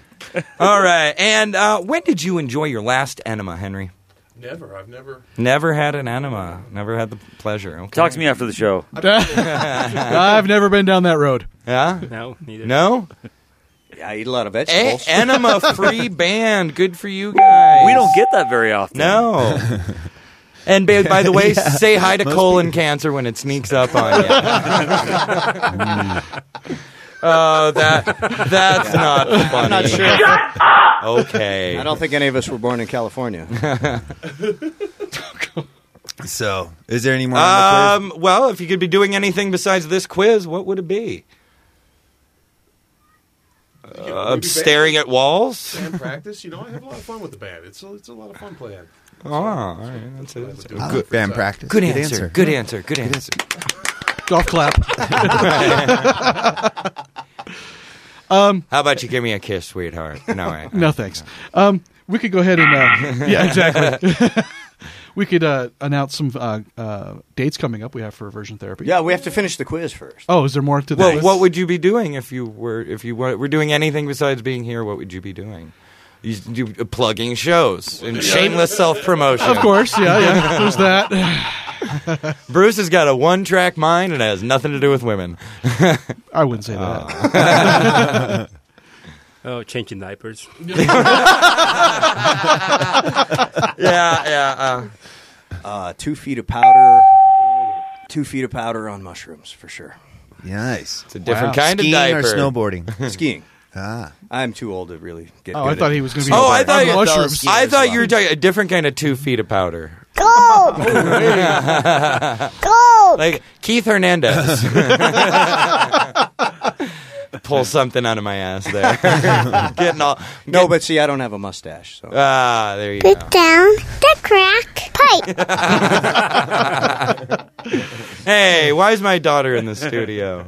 D: All right. And uh, when did you enjoy your last enema, Henry?
C: Never. I've never.
D: Never had an enema. Never had the pleasure. Okay.
G: Talk to me after the show.
I: I've never been down that road.
D: Yeah?
K: No, neither.
D: No?
J: Yeah, I eat a lot of
D: A-
J: vegetables.
D: enema free band. Good for you guys.
G: We don't get that very often.
D: No. And by, by the way,
G: Yeah.
D: say hi to
G: Most
D: colon cancer when it sneaks up on you. Oh, that that's not funny.
J: I'm not sure.
D: Okay.
J: I don't think any of us were born in California.
F: So, is there any more? on
D: Um, well, if you could be doing anything besides this quiz, what would it be? Uh, I'm staring at walls.
C: Band practice. You know, I have a lot of fun with the band. It's a, it's a lot of fun playing.
D: Oh, all right. That's it. That's it.
F: I like
C: uh,
F: band practice.
D: Good,
F: Good
D: answer.
F: answer.
D: Good answer. Good
F: Good
D: answer.
I: Golf clap.
D: (laughs) um, How about you give me a kiss, sweetheart? (laughs) No, I,
I: No thanks. Um, we could go ahead
D: (laughs)
I: and uh, yeah, exactly. (laughs) we could uh, announce some uh, uh, dates coming up we have for aversion therapy.
J: yeah, we have to finish the quiz first.
I: Oh, is there more to
D: Well,
I: that?
D: what would you be doing if you were if you were, were doing anything besides being here? What would you be doing? You do plugging shows and shameless self promotion.
I: Of course,
D: (laughs)
I: yeah, yeah. There's that.
D: Bruce has got a one track mind and it has nothing to do with women.
I: I wouldn't say
D: Oh,
I: Oh,
D: that.
K: Oh, changing diapers.
D: yeah, yeah.
J: Uh, two feet of powder. Two feet of powder on mushrooms for sure.
F: Nice.
D: It's a different kind of
F: Skiing
D: diaper.
F: or
D: (laughs)
F: snowboarding?
J: Skiing.
F: Hmm. Ah.
J: I'm too old to really get.
I: Oh,
J: good
I: I
J: at
I: thought he was gonna be
D: Oh, I
I: on
D: thought you,
I: mushrooms.
D: I thought you were talking a different kind of two feet of powder. (laughs) like Keith Hernandez. (laughs) Pull something out of my ass there. (laughs) Getting all
J: No, but see, I don't have a mustache, so
D: ah, there you
E: Put down the crack pipe.
D: go. hey, why is my daughter in the studio?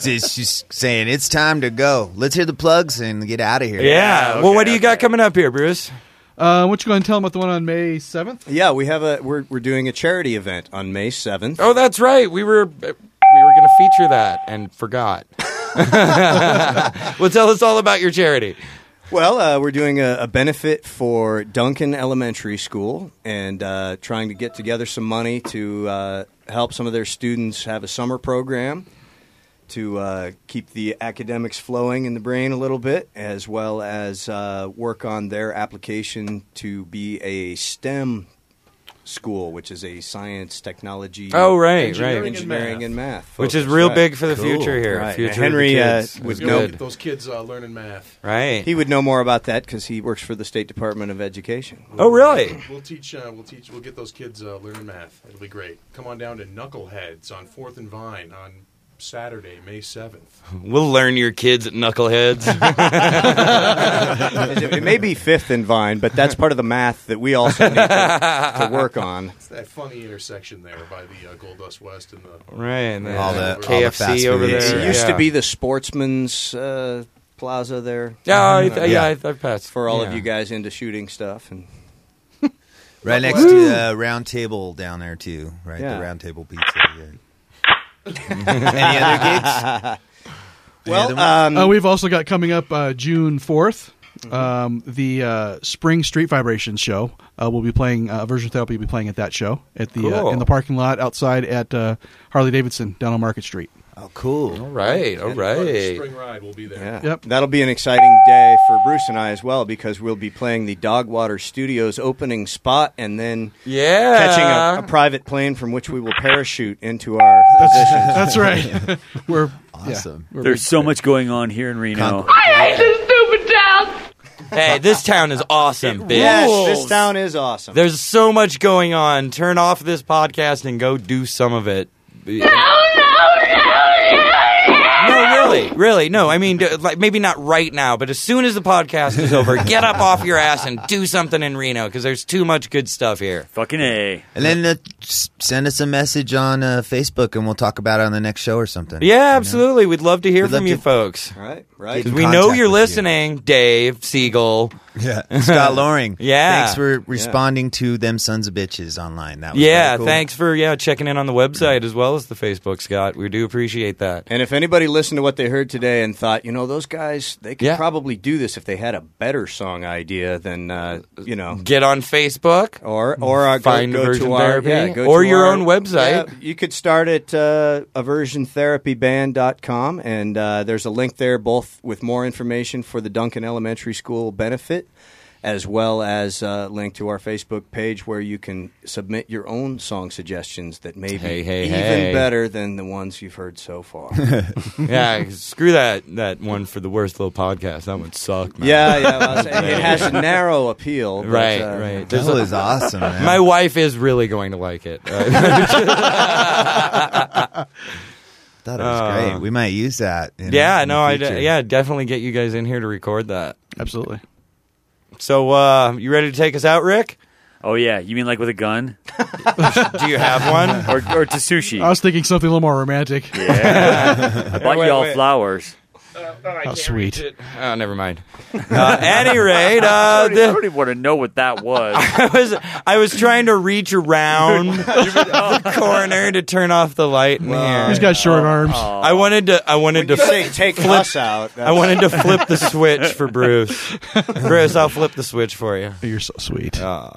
F: She's she's saying it's time to go. Let's hear the plugs and get out of here.
D: Yeah. well, what do you got coming up here, Bruce?
I: Uh, what you going to tell him about the one on May seventh?
J: yeah, we have a we're we're doing a charity event on May seventh.
D: Oh, that's right. We were we were going to (laughs) feature that and forgot. well, tell us all about your charity.
J: Well, uh, we're doing a, a benefit for Duncan Elementary School and uh, trying to get together some money to uh, help some of their students have a summer program to uh, keep the academics flowing in the brain a little bit, as well as uh, work on their application to be a STEM school, which is a science, technology,
D: Oh, right,
J: engineering,
D: right.
J: engineering and math,
D: Which
J: folks.
D: is real
J: Right.
D: big for the
J: Cool.
D: future here.
J: Right.
D: Future of the
J: Henry uh,
D: kids.
J: would
D: It's
J: know
D: good.
C: Those kids uh, learning math.
D: Right.
J: He would know more about that because he works for the State Department of Education.
D: Oh,
C: We'll teach. Uh, we'll teach. We'll get those kids uh, learning math. It'll be great. Come on down to Knuckleheads on Fourth and Vine on Saturday, May seventh.
D: We'll learn your kids at knuckleheads.
J: it may be fifth in Vine, but that's part of the math that we also need to, to work
D: (laughs)
J: on.
C: It's that funny intersection there by the uh, Goldust West and the
D: (laughs) Right, and
J: All the- all the
D: KFC
J: fast
D: over
J: food.
D: there.
J: It used
D: Yeah.
J: to be the Sportsman's uh, Plaza there.
D: Yeah, I-
J: You know,
D: I- yeah, I- I passed.
J: for all of
D: Yeah.
J: you guys into shooting stuff and
F: Right next to the round table down there too. Right,
J: Yeah.
F: the round table pizza. Yeah. (laughs) Any other
J: (laughs)
F: gigs? Any other ones?
I: uh, we've also got coming up uh, June 4th. Um, the uh, Spring Street Vibrations show. Uh, we'll be playing uh, Version Therapy. Will be playing at that show at the uh,
D: Cool.
I: in the parking lot outside at uh, Harley Davidson down on Market Street.
J: Oh, cool.
D: All right, all right.
C: Spring Ride will be there.
J: Yeah.
I: Yep.
J: That'll be an exciting day for Bruce and I as well because we'll be playing the Dogwater Studios opening spot and then
D: Yeah.
J: catching a, a private plane from which we will parachute into our
I: (laughs) That's, that's right. we're
J: Awesome.
I: Yeah, we're
G: There's so much going on here in Reno.
B: I hate this stupid town.
D: hey, this town is awesome, bitch.
J: Yes, this town is awesome.
D: There's so much going on. Turn off this podcast and go do some of it. No, really, really, no. I mean, d- like maybe not right now, but as soon as the podcast
F: (laughs)
D: is over, get up off your ass and do something in Reno because there's too much good stuff here.
G: Fucking a.
F: And then uh, s- send us a message on uh, Facebook, and we'll talk about it on the next show or something.
D: Yeah, absolutely. We'd love to hear
F: We'd love
D: from you
F: to-
D: folks.
J: Right,
F: right.
D: we know you're listening, Dave Siegel.
F: Yeah, (laughs) Scott Loring.
D: (laughs) yeah.
F: thanks for responding to them sons of bitches online. That was
D: Yeah,
F: really cool.
D: thanks for yeah checking in on the website as well as the Facebook, Scott. We do appreciate that.
J: And if anybody listened to what they heard today and thought, you know, those guys, they could
D: Yeah.
J: probably do this if they had a better song idea than, uh, you know,
D: Get on Facebook
J: or or uh, go-
D: find
J: go,
D: Version
J: to our,
D: Therapy
J: yeah, go
D: or
J: to
D: your
J: our-
D: own website.
J: Yeah, you could start at uh, aversiontherapyband.com, and uh, there's a link there both with more information for the Duncan Elementary School benefit, as well as a link to our Facebook page where you can submit your own song suggestions that may be
D: Hey, hey,
J: even
D: hey.
J: better than the ones you've heard so far.
D: (laughs) yeah, screw that that one for the worst little podcast. That one sucked. Man.
J: Yeah, yeah. well, I was saying, it has a narrow appeal. But,
D: right,
J: uh,
D: right.
F: That was awesome, man.
D: My wife is really going to like (laughs) it. Uh,
F: Thought it was
D: Uh,
F: great. We might use that. in-
D: yeah,
F: in the
D: no, I
F: future.
D: d- yeah definitely get you guys in here to record that.
I: Absolutely.
D: So, uh, you ready to take us out, Rick?
G: Oh yeah, you mean like with a gun?
D: Do you have (laughs) one?
G: or or to
D: (laughs)
G: sushi?
I: I was thinking something a little more romantic.
G: Yeah. I bought
D: Wait,
G: y'all
D: wait.
G: flowers.
I: How (laughs) sweet.
D: Oh, never mind. Uh, any rate, uh, (laughs)
G: I don't even want to know what that was.
D: I was I was trying to reach (laughs) around the corner to turn off the light in here.
I: He's got short arms.
D: I wanted to. I wanted to
J: say take us out,
D: I wanted (laughs) to flip the switch for (laughs) Bruce. Bruce, I'll flip the switch for you.
I: You're so sweet.
D: Uh,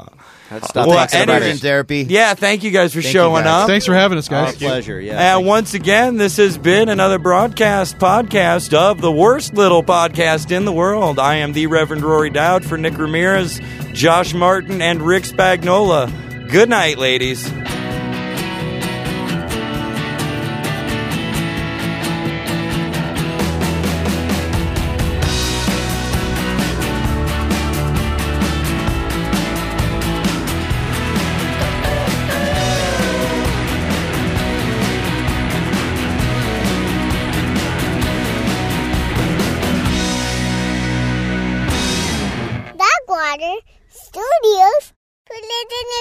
J: That's
F: Well, thanks for Version therapy.
D: Yeah, thank you guys for
F: Thank you
D: showing
F: guys.
D: up.
I: Thanks for having us,
J: Our
I: guys.
J: pleasure. Yeah.
D: and once again, this has been another broadcast podcast of the worst little podcast in the world. I am the Reverend Rory Dowd for Nick Ramirez, Josh Martin, and Rick Spagnola. Good night, ladies.
E: Backwater Studios presented in